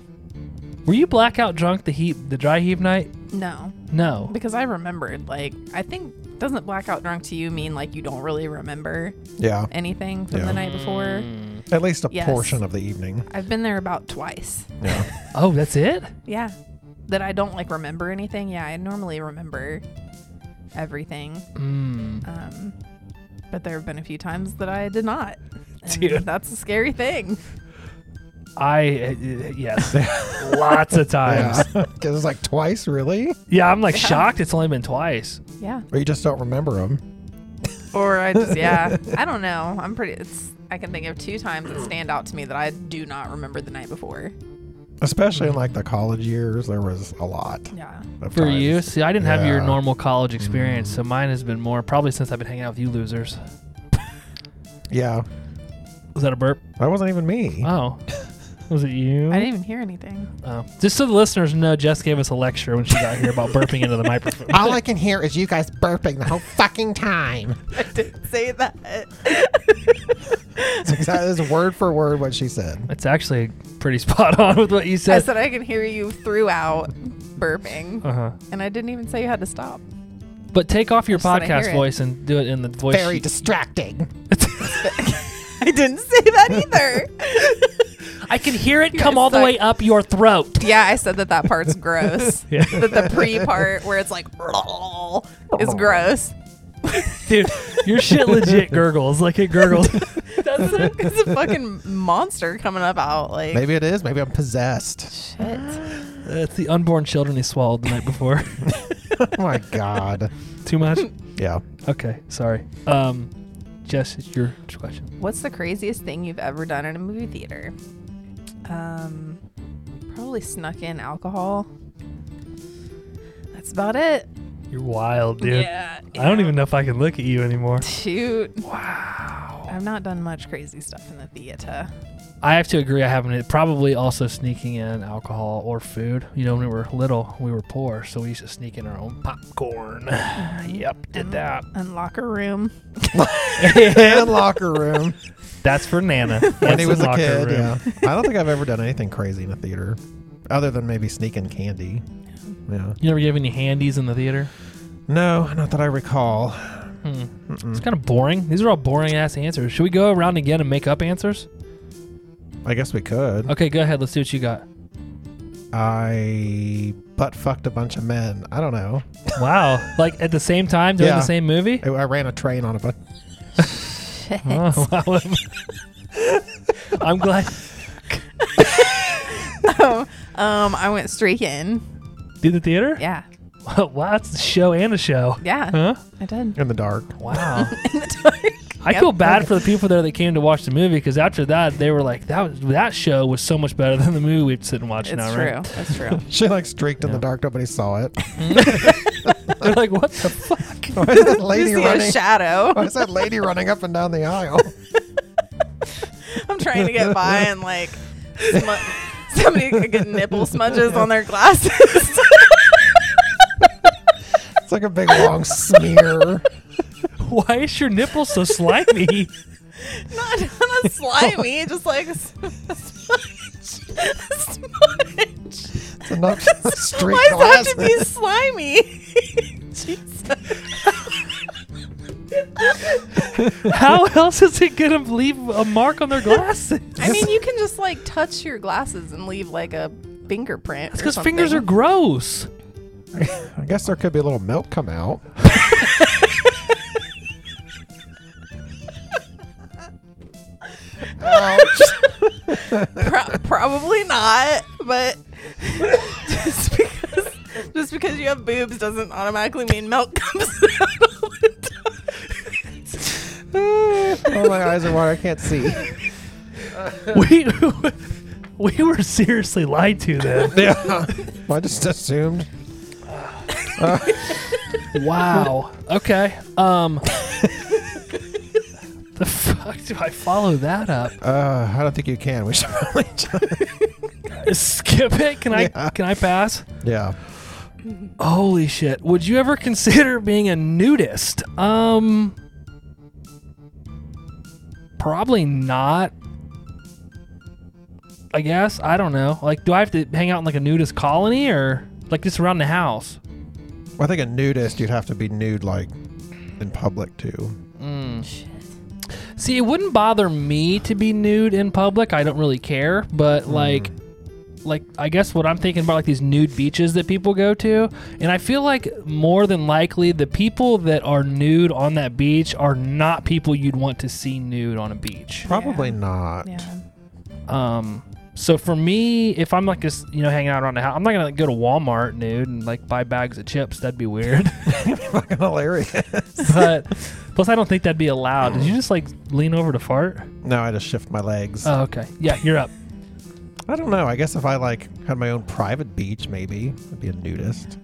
Speaker 1: Were you blackout drunk the heat, the dry heave night?
Speaker 4: No,
Speaker 1: No.
Speaker 4: because I remembered. Like, I think, doesn't blackout drunk to you mean like you don't really remember
Speaker 2: yeah.
Speaker 4: anything from
Speaker 2: Yeah.
Speaker 4: the night before?
Speaker 1: Mm.
Speaker 2: At least a
Speaker 4: Yes.
Speaker 2: portion of the evening.
Speaker 4: I've been there about twice.
Speaker 1: Oh, that's it.
Speaker 4: Yeah. That I don't like remember anything. Yeah, I normally remember everything.
Speaker 1: Mm.
Speaker 4: Um, but there have been a few times that I did not. And
Speaker 1: Dude.
Speaker 4: That's a scary thing.
Speaker 1: I uh, yes, lots of times.
Speaker 2: Yeah. Because it's like twice, really?
Speaker 1: Yeah, I'm like shocked. It's only been twice.
Speaker 4: Yeah.
Speaker 2: Or you just don't remember them.
Speaker 4: Or I just, yeah. I don't know. I'm pretty, it's, I can think of two times that stand out to me that I do not remember the night before.
Speaker 2: Especially in like the college years, there was a lot.
Speaker 4: Yeah.
Speaker 2: of
Speaker 1: For
Speaker 2: times.
Speaker 1: you, see, I didn't have your
Speaker 2: Yeah.
Speaker 1: normal college experience, so mine has been more probably since I've been hanging out with you losers.
Speaker 2: Yeah.
Speaker 1: Was that a burp?
Speaker 2: That wasn't even me.
Speaker 1: Oh. Was it you?
Speaker 4: I didn't even hear anything.
Speaker 1: Oh. Just so the listeners know, Jess gave us a lecture when she got here about burping into the microphone.
Speaker 2: All I can hear is you guys burping the whole fucking time.
Speaker 4: I didn't say that.
Speaker 2: That is word for word what she said.
Speaker 1: It's actually pretty spot on with what you
Speaker 4: I
Speaker 1: said.
Speaker 4: said I can hear you throughout burping.
Speaker 1: uh huh.
Speaker 4: And I didn't even say you had to stop.
Speaker 1: But take off your
Speaker 4: just thought I
Speaker 1: podcast
Speaker 4: hear it.
Speaker 1: voice and do it in the voice.
Speaker 2: Very
Speaker 1: sheet.
Speaker 2: distracting.
Speaker 4: I didn't say that either.
Speaker 1: I can hear it come
Speaker 4: guys
Speaker 1: all the
Speaker 4: suck.
Speaker 1: way up your throat.
Speaker 4: Yeah, I said that that part's gross.
Speaker 1: Yeah.
Speaker 4: That the pre part where it's like is gross.
Speaker 1: Dude, your shit legit gurgles. Like it gurgles.
Speaker 4: That's a, it's a fucking monster coming up out. Like
Speaker 2: Maybe it is. Maybe I'm possessed.
Speaker 4: shit.
Speaker 1: That's the unborn children he swallowed the night before.
Speaker 2: Oh my god.
Speaker 1: Too much?
Speaker 2: Yeah.
Speaker 1: Okay, sorry. Um, Jess, it's your question.
Speaker 4: What's the craziest thing you've ever done in a movie theater? Um, probably snuck in alcohol. That's about it.
Speaker 1: You're wild, dude.
Speaker 4: Yeah.
Speaker 1: I don't even know if I can look at you anymore.
Speaker 4: Shoot. Wow. I've not done much crazy stuff in the theater.
Speaker 1: I have to agree. I haven't. It probably also sneaking in alcohol or food. You know, when we were little, we were poor, so we used to sneak in our own popcorn. yep, did that.
Speaker 4: Um, And locker room.
Speaker 2: And locker room.
Speaker 1: That's for Nana.
Speaker 2: when
Speaker 1: That's
Speaker 2: he was
Speaker 1: the
Speaker 2: a
Speaker 1: locker
Speaker 2: kid.
Speaker 1: room.
Speaker 2: Yeah. I don't think I've ever done anything crazy in a theater, other than maybe sneaking candy. Yeah.
Speaker 1: You never gave any handies in the theater?
Speaker 2: No, not that I recall.
Speaker 1: Hmm. It's kind of boring. These are all boring ass answers. Should we go around again and make up answers?
Speaker 2: I guess we could.
Speaker 1: Okay, go ahead. Let's see what you got.
Speaker 2: I butt fucked a bunch of men. I don't know.
Speaker 1: Wow. like at the same time during
Speaker 2: Yeah.
Speaker 1: the same movie?
Speaker 2: I, I ran a train on a bunch.
Speaker 1: Oh, wow. I'm glad.
Speaker 4: Um, I went streaking.
Speaker 1: Did the theater?
Speaker 4: Yeah,
Speaker 1: wow, that's a show and a show.
Speaker 4: yeah,
Speaker 1: Huh?
Speaker 4: I did.
Speaker 2: in the dark.
Speaker 1: Wow.
Speaker 4: In the dark.
Speaker 1: I feel bad for the people there that came to watch the movie because after that they were like, that was, that show was so much better than the movie we'd sit and watch
Speaker 4: It's
Speaker 1: now,
Speaker 4: true.
Speaker 1: right?
Speaker 4: It's true.
Speaker 2: She like streaked in the dark. Nobody saw it.
Speaker 1: They're like, what the fuck?
Speaker 2: Why is that
Speaker 4: You
Speaker 2: lady
Speaker 4: see a
Speaker 2: running? Why
Speaker 4: shadow.
Speaker 2: is that lady running up and down the aisle?
Speaker 4: I'm trying to get by and like smu- somebody could get nipple smudges on their glasses.
Speaker 2: It's like a big long smear.
Speaker 1: Why is your nipple so slimy?
Speaker 4: not, not slimy, just like s- smudge. smudge.
Speaker 2: It's enough streak
Speaker 4: Why does it have to be
Speaker 2: glasses.
Speaker 4: slimy? Jesus.
Speaker 1: How else is it gonna leave a mark on their glasses?
Speaker 4: I mean, you can just like touch your glasses and leave like a fingerprint.
Speaker 1: because fingers are gross.
Speaker 2: I guess there could be a little milk come out. Ouch.
Speaker 4: Pro- probably not, but just because just because you have boobs doesn't automatically mean milk comes out all the time.
Speaker 2: Oh, my eyes are water. I can't see.
Speaker 1: we we were seriously lied to then.
Speaker 2: Yeah. I just assumed.
Speaker 1: Wow. Okay. Um. the fuck do I follow that up?
Speaker 2: Uh, I don't think you can. We should probably.
Speaker 1: Skip it. Can I?
Speaker 2: Yeah.
Speaker 1: Can I pass?
Speaker 2: yeah.
Speaker 1: Holy shit. Would you ever consider being a nudist? Um. Probably not. I guess I don't know. Like, do I have to hang out in like a nudist colony or like just around the house?
Speaker 2: Well, I think a nudist, you'd have to be nude, like in public too.
Speaker 1: See, it wouldn't bother me to be nude in public. I don't really care, but like like I guess what I'm thinking about like these nude beaches that people go to, and I feel like more than likely the people that are nude on that beach are not people you'd want to see nude on a beach.
Speaker 2: Probably not.
Speaker 4: Yeah.
Speaker 1: Um so for me, if I'm like just you know hanging out around the house, I'm not gonna like, go to Walmart nude and like buy bags of chips. That'd be weird.
Speaker 2: Fucking hilarious.
Speaker 1: but plus, I don't think that'd be allowed. Did you just like lean over to fart?
Speaker 2: No, I just shift my legs.
Speaker 1: Oh, okay. Yeah, you're up.
Speaker 2: I don't know. I guess if I like had my own private beach, maybe I'd be a nudist.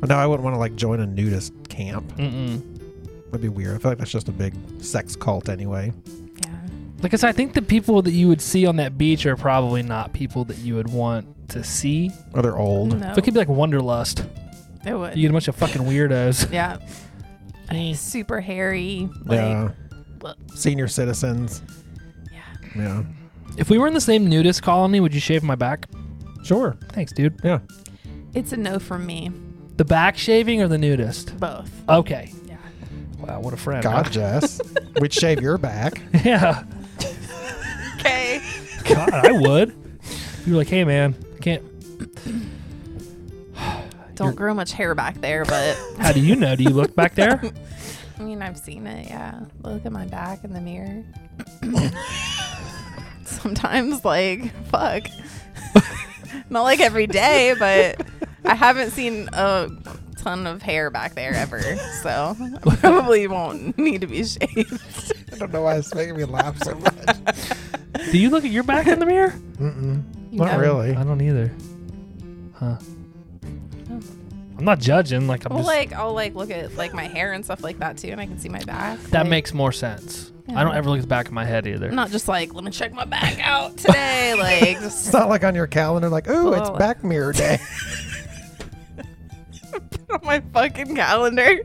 Speaker 2: But no, I wouldn't want to like join a nudist camp.
Speaker 1: Mm-mm.
Speaker 2: That'd be weird. I feel like that's just a big sex cult anyway.
Speaker 4: Yeah.
Speaker 1: Like I said, I think the people that you would see on that beach are probably not people that you would want to see.
Speaker 2: Or they're old.
Speaker 4: No.
Speaker 1: It could be like Wonderlust.
Speaker 4: It would.
Speaker 1: You get a bunch of fucking weirdos.
Speaker 4: Yeah. Super hairy. Like,
Speaker 2: yeah.
Speaker 4: bleh.
Speaker 2: Senior citizens. Yeah.
Speaker 1: If we were in the same nudist colony, would you shave my back?
Speaker 2: Yeah. Sure.
Speaker 1: Thanks, dude.
Speaker 2: Yeah.
Speaker 4: It's a no from me.
Speaker 1: The back shaving or the nudist?
Speaker 4: Both.
Speaker 1: Okay.
Speaker 4: Yeah.
Speaker 1: Wow, what a friend. huh?
Speaker 2: God, Jess. We'd shave your back.
Speaker 1: yeah.
Speaker 4: Okay.
Speaker 1: God, I would. You're like, hey man, I can't.
Speaker 4: Don't grow much hair back there, but
Speaker 1: How do you know? Do you look back there?
Speaker 4: I mean, I've seen it. Yeah. Look at my back in the mirror. Sometimes, like, fuck. Not like every day, but I haven't seen a ton of hair back there ever. So I probably won't need to be shaved.
Speaker 2: I don't know why it's making me laugh so much.
Speaker 1: Do you look at your back in the mirror?
Speaker 2: Not
Speaker 4: No.
Speaker 2: really.
Speaker 1: I don't either. Huh. I'm not judging. Like I'm
Speaker 4: Well,
Speaker 1: just.
Speaker 4: like I'll like look at like my hair and stuff like that too, and I can see my back.
Speaker 1: That
Speaker 4: like,
Speaker 1: makes more sense. I don't ever look at the back of my head either.
Speaker 4: I'm not just like let me check my back out today. like just
Speaker 2: It's not like on your calendar, like, ooh, it's
Speaker 4: Well-
Speaker 2: back mirror day.
Speaker 4: on my fucking calendar.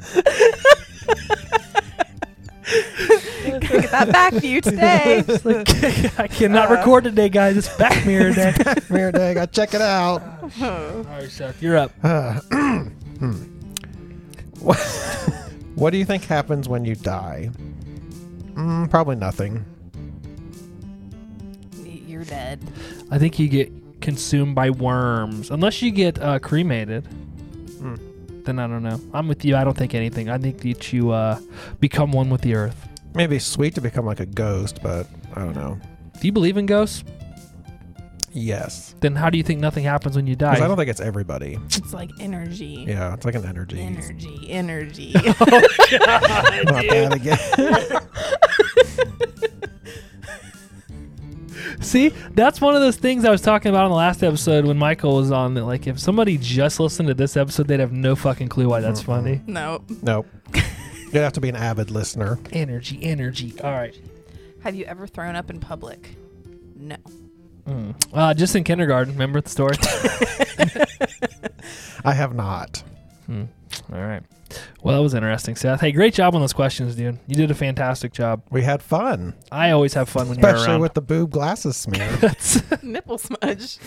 Speaker 4: Gotta get that back to you today.
Speaker 1: It's like, I cannot record today, guys. It's back mirror day.
Speaker 2: back mirror day. Gotta check it out.
Speaker 1: All right, Seth, you're up.
Speaker 2: What, what do you think happens when you die? Mm, probably nothing.
Speaker 4: you're dead.
Speaker 1: I think you get consumed by worms unless you get uh, cremated.
Speaker 2: Hmm.
Speaker 1: Then I don't know. I'm with you. I don't think anything. I think that you uh, become one with the earth.
Speaker 2: Maybe sweet to become like a ghost, but I don't know.
Speaker 1: Do you believe in ghosts?
Speaker 2: Yes.
Speaker 1: Then how do you think nothing happens when you
Speaker 2: 'Cause I,
Speaker 1: die?
Speaker 2: don't think it's everybody.
Speaker 4: It's like energy.
Speaker 2: Yeah, it's like an energy.
Speaker 4: Energy, energy.
Speaker 2: Not that again.
Speaker 1: See, that's one of those things I was talking about on the last episode when Michael was on. That like, if somebody just listened to this episode, they'd have no fucking clue why
Speaker 2: Mm-hmm.
Speaker 1: that's funny.
Speaker 4: no.
Speaker 2: nope. You'd have to be an avid listener.
Speaker 1: Energy, energy. All right.
Speaker 4: Have you ever thrown up in public? No.
Speaker 1: Uh, just in kindergarten. Remember the story?
Speaker 2: I have not.
Speaker 1: Mm. All right. Well, that was interesting, Seth. Hey, great job on those questions, dude. You did a fantastic job.
Speaker 2: We had fun,
Speaker 1: I always have fun when you're
Speaker 2: especially
Speaker 1: around.
Speaker 2: with the boob glasses smear.
Speaker 1: That's
Speaker 4: Nipple smudge.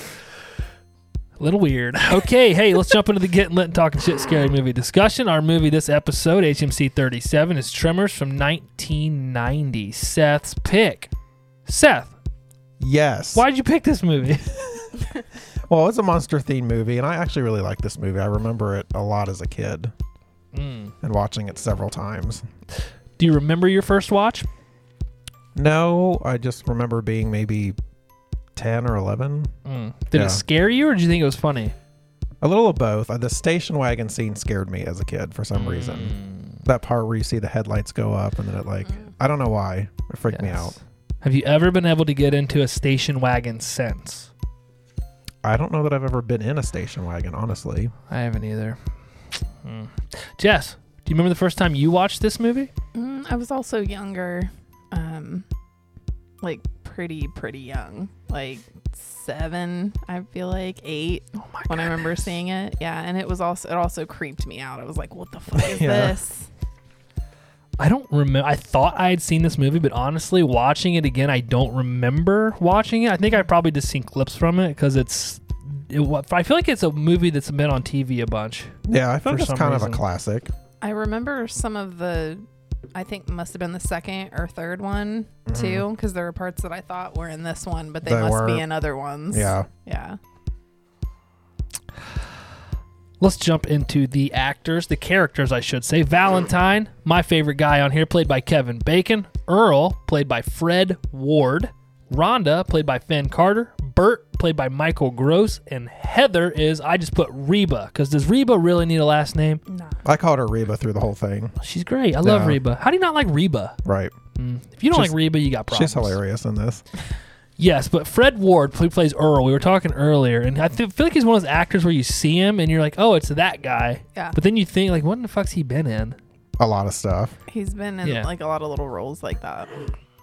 Speaker 1: a little weird. Okay, hey, let's jump into the getting lit and talking shit scary movie discussion. Our movie this episode, HMC 37, is Tremors from 1990. Seth's pick. Seth,
Speaker 2: yes.
Speaker 1: why'd you pick this movie?
Speaker 2: Well, it's a monster themed movie, and I actually really like this movie. I remember it a lot as a kid
Speaker 1: Mm.
Speaker 2: and watching it several times.
Speaker 1: Do you remember your first watch?
Speaker 2: No, I just remember being maybe 10 or 11.
Speaker 1: Mm. Did
Speaker 2: Yeah.
Speaker 1: it scare you, or did you think it was funny?
Speaker 2: A little of both. Uh, The station wagon scene scared me as a kid for some
Speaker 1: Mm.
Speaker 2: reason. That part where you see the headlights go up and then it, like, I don't know why. It freaked me
Speaker 1: Yes.
Speaker 2: out.
Speaker 1: Have you ever been able to get into a station wagon since?
Speaker 2: I don't know that I've ever been in a station wagon, honestly.
Speaker 1: I haven't either. Mm. Jess, do you remember the first time you watched this movie?
Speaker 4: Mm, I was also younger, um, like pretty, pretty young, like seven. I feel like eight
Speaker 1: Oh my
Speaker 4: when I remember seeing it. Yeah, and it was also it also creeped me out. I was like, what the fuck is
Speaker 2: Yeah.
Speaker 4: this?
Speaker 1: I don't remember. I thought I had seen this movie, but honestly, watching it again, I don't remember watching it. I think I probably just seen clips from it because it's. It, wa- I feel like it's a movie that's been on TV a bunch.
Speaker 2: Yeah, I
Speaker 1: For
Speaker 2: feel like it's
Speaker 1: some
Speaker 2: kind
Speaker 1: reason.
Speaker 2: of a classic.
Speaker 4: I remember some of the, I think must have been the second or third one too, 'cause too, because there were parts that I thought were in this one, but they,
Speaker 2: Mm-hmm. They
Speaker 4: must
Speaker 2: were.
Speaker 4: be in other ones.
Speaker 2: Yeah.
Speaker 4: yeah.
Speaker 1: Let's jump into the actors, the characters, I should say. Valentine, my favorite guy on here, played by Kevin Bacon. Earl, played by Fred Ward. Rhonda, played by Finn Carter. Bert, played by Michael Gross. And Heather is, I just put Reba, because does Reba really need a last name?
Speaker 2: I called her Reba through the whole thing.
Speaker 1: She's great. I love
Speaker 2: Yeah.
Speaker 1: Reba. How do you not like Reba?
Speaker 2: Right.
Speaker 1: If you don't
Speaker 2: She's-
Speaker 1: like Reba, you got problems.
Speaker 2: She's hilarious in this.
Speaker 1: Yes, but Fred Ward, who plays Earl, we were talking earlier, and I th- feel like he's one of those actors where you see him and you're like, oh, it's that guy.
Speaker 4: Yeah.
Speaker 1: But then you think, like, what in the fuck's he been in?
Speaker 2: A lot of stuff.
Speaker 4: He's been in
Speaker 1: Yeah.
Speaker 4: like a lot of little roles like that.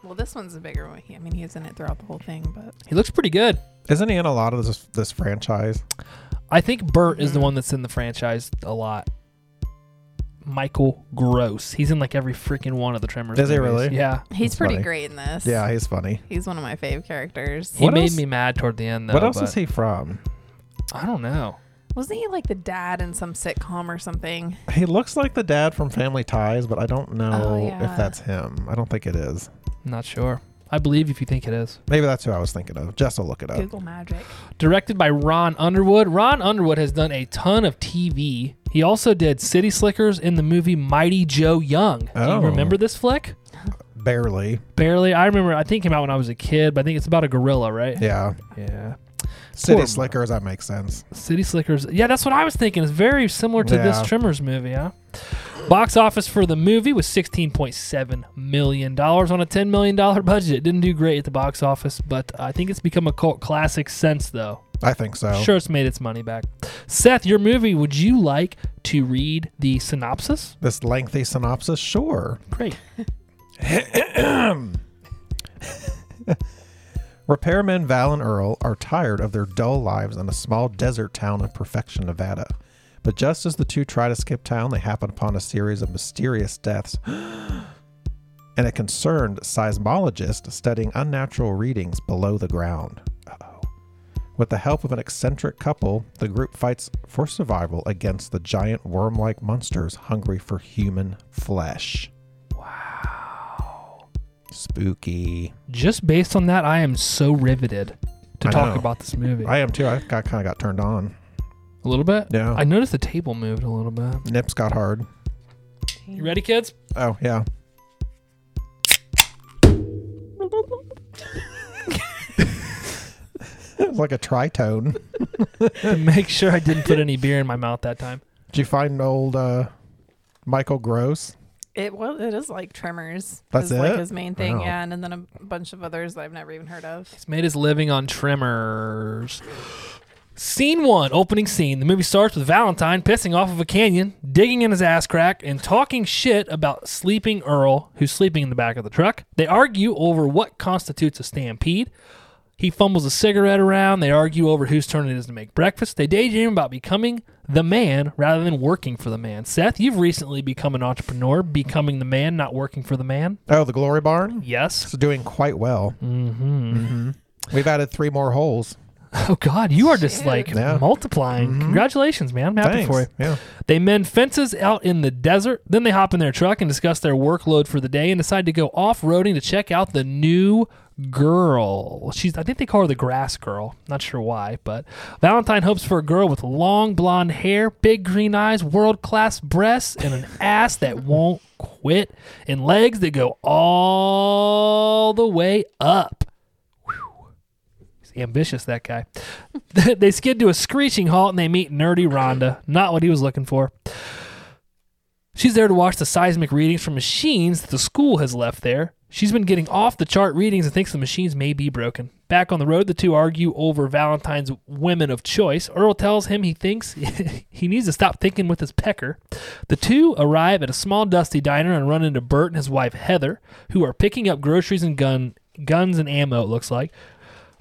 Speaker 4: Well, this one's a bigger one. He- I mean, he was in it throughout the whole thing, but
Speaker 1: He looks pretty good.
Speaker 2: Isn't he in a lot of this this franchise?
Speaker 1: I think Bert is the one that's in the franchise a lot. Michael Gross. He's in like every freaking one of the Tremors.
Speaker 2: Is he
Speaker 1: movies.
Speaker 2: really?
Speaker 1: Yeah.
Speaker 4: he's
Speaker 2: That's
Speaker 4: pretty
Speaker 2: funny.
Speaker 4: great in this.
Speaker 2: Yeah, he's funny.
Speaker 4: he's one of my fave characters.
Speaker 1: He
Speaker 2: What
Speaker 1: made
Speaker 2: else-
Speaker 1: me mad toward the end though.
Speaker 2: what else
Speaker 1: but
Speaker 2: is he from?
Speaker 1: I don't know.
Speaker 4: Wasn't he like the dad in some sitcom or something?
Speaker 2: He looks like the dad from Family Ties, but I don't know
Speaker 4: Oh, yeah.
Speaker 2: if that's him. I don't think it is.
Speaker 1: I'm not sure. I believe if you think it is.
Speaker 2: Maybe that's who I was thinking of. Jess will look it up.
Speaker 4: Google Magic.
Speaker 1: Directed by Ron Underwood. Ron Underwood has done a ton of TV. He also did City Slickers in the movie Mighty Joe Young. Do
Speaker 2: Oh.
Speaker 1: you remember this flick?
Speaker 2: Barely.
Speaker 1: Barely. I remember I think it came out when I was a kid, but I think it's about a gorilla, right?
Speaker 2: Yeah.
Speaker 1: Yeah.
Speaker 2: City
Speaker 1: Poor-
Speaker 2: Slickers, that makes sense.
Speaker 1: City Slickers. Yeah, that's what I was thinking. It's very similar to
Speaker 2: Yeah.
Speaker 1: this Tremors movie, huh? Box office for the movie was $16.7 million on a $10 million budget. It didn't do great at the box office, but I think it's become a cult classic since, though.
Speaker 2: I think so.
Speaker 1: Sure, it's made its money back. Seth, your movie, would you like to read the synopsis?
Speaker 2: This lengthy synopsis, sure.
Speaker 1: Great.
Speaker 2: Repairmen Val and Earl are tired of their dull lives in a small desert town of Perfection, Nevada. But just as the two try to skip town, they happen upon a series of mysterious deaths. and a concerned seismologist studying unnatural readings below the ground. Uh-oh. With the help of an eccentric couple, the group fights for survival against the giant worm-like monsters hungry for human flesh. Wow. Spooky.
Speaker 1: Just based on that, I am so riveted to
Speaker 2: I
Speaker 1: talk
Speaker 2: know.
Speaker 1: about this movie.
Speaker 2: I am too. I got kind of got turned on.
Speaker 1: a little bit.
Speaker 2: Yeah.
Speaker 1: I noticed the table moved a little bit.
Speaker 2: Nips got hard.
Speaker 1: You ready, kids?
Speaker 2: Oh yeah. it's like a tritone.
Speaker 1: Make sure I didn't put any beer in my mouth that time.
Speaker 2: Did you find old uh, Michael Gross?
Speaker 4: It was. It is like Tremors.
Speaker 2: That's
Speaker 4: is Like
Speaker 2: it?
Speaker 4: his main thing,
Speaker 2: Wow.
Speaker 4: yeah, and, and then a bunch of others that I've never even heard of.
Speaker 1: He's made his living on Tremors. Scene one, opening scene. The movie starts with Valentine pissing off of a canyon, digging in his ass crack, and talking shit about sleeping Earl, who's sleeping in the back of the truck. They argue over what constitutes a stampede. He fumbles a cigarette around. They argue over whose turn it is to make breakfast. They daydream about becoming the man rather than working for the man. Seth, you've recently become an entrepreneur, becoming the man, not working for the man.
Speaker 2: Oh, the Glory Barn.
Speaker 1: Yes.
Speaker 2: It's doing quite well. Mm-hmm. We've added three more holes.
Speaker 1: Oh God, you are just like
Speaker 2: Yeah. Mm-hmm.
Speaker 1: multiplying. Congratulations, man! I'm happy
Speaker 2: Thanks.
Speaker 1: for you.
Speaker 2: Yeah.
Speaker 1: They mend fences out in the desert. Then they hop in their truck and discuss their workload for the day, and decide to go off roading to check out the new girl. She's I think they call her the Grass Girl. Not sure why, but Valentine hopes for a girl with long blonde hair, big green eyes, world class breasts, and an ass that won't quit, and legs that go all the way up. He's ambitious, that guy. they skid to a screeching halt and they meet nerdy Rhonda. Not what he was looking for. She's there to watch the seismic readings from machines that the school has left there. She's been getting off the chart readings and thinks the machines may be broken. Back on the road, the two argue over Valentine's women of choice. Earl tells him he thinks he needs to stop thinking with his pecker. The two arrive at a small, dusty diner and run into Bert and his wife Heather, who are picking up groceries and gun guns and ammo. It looks like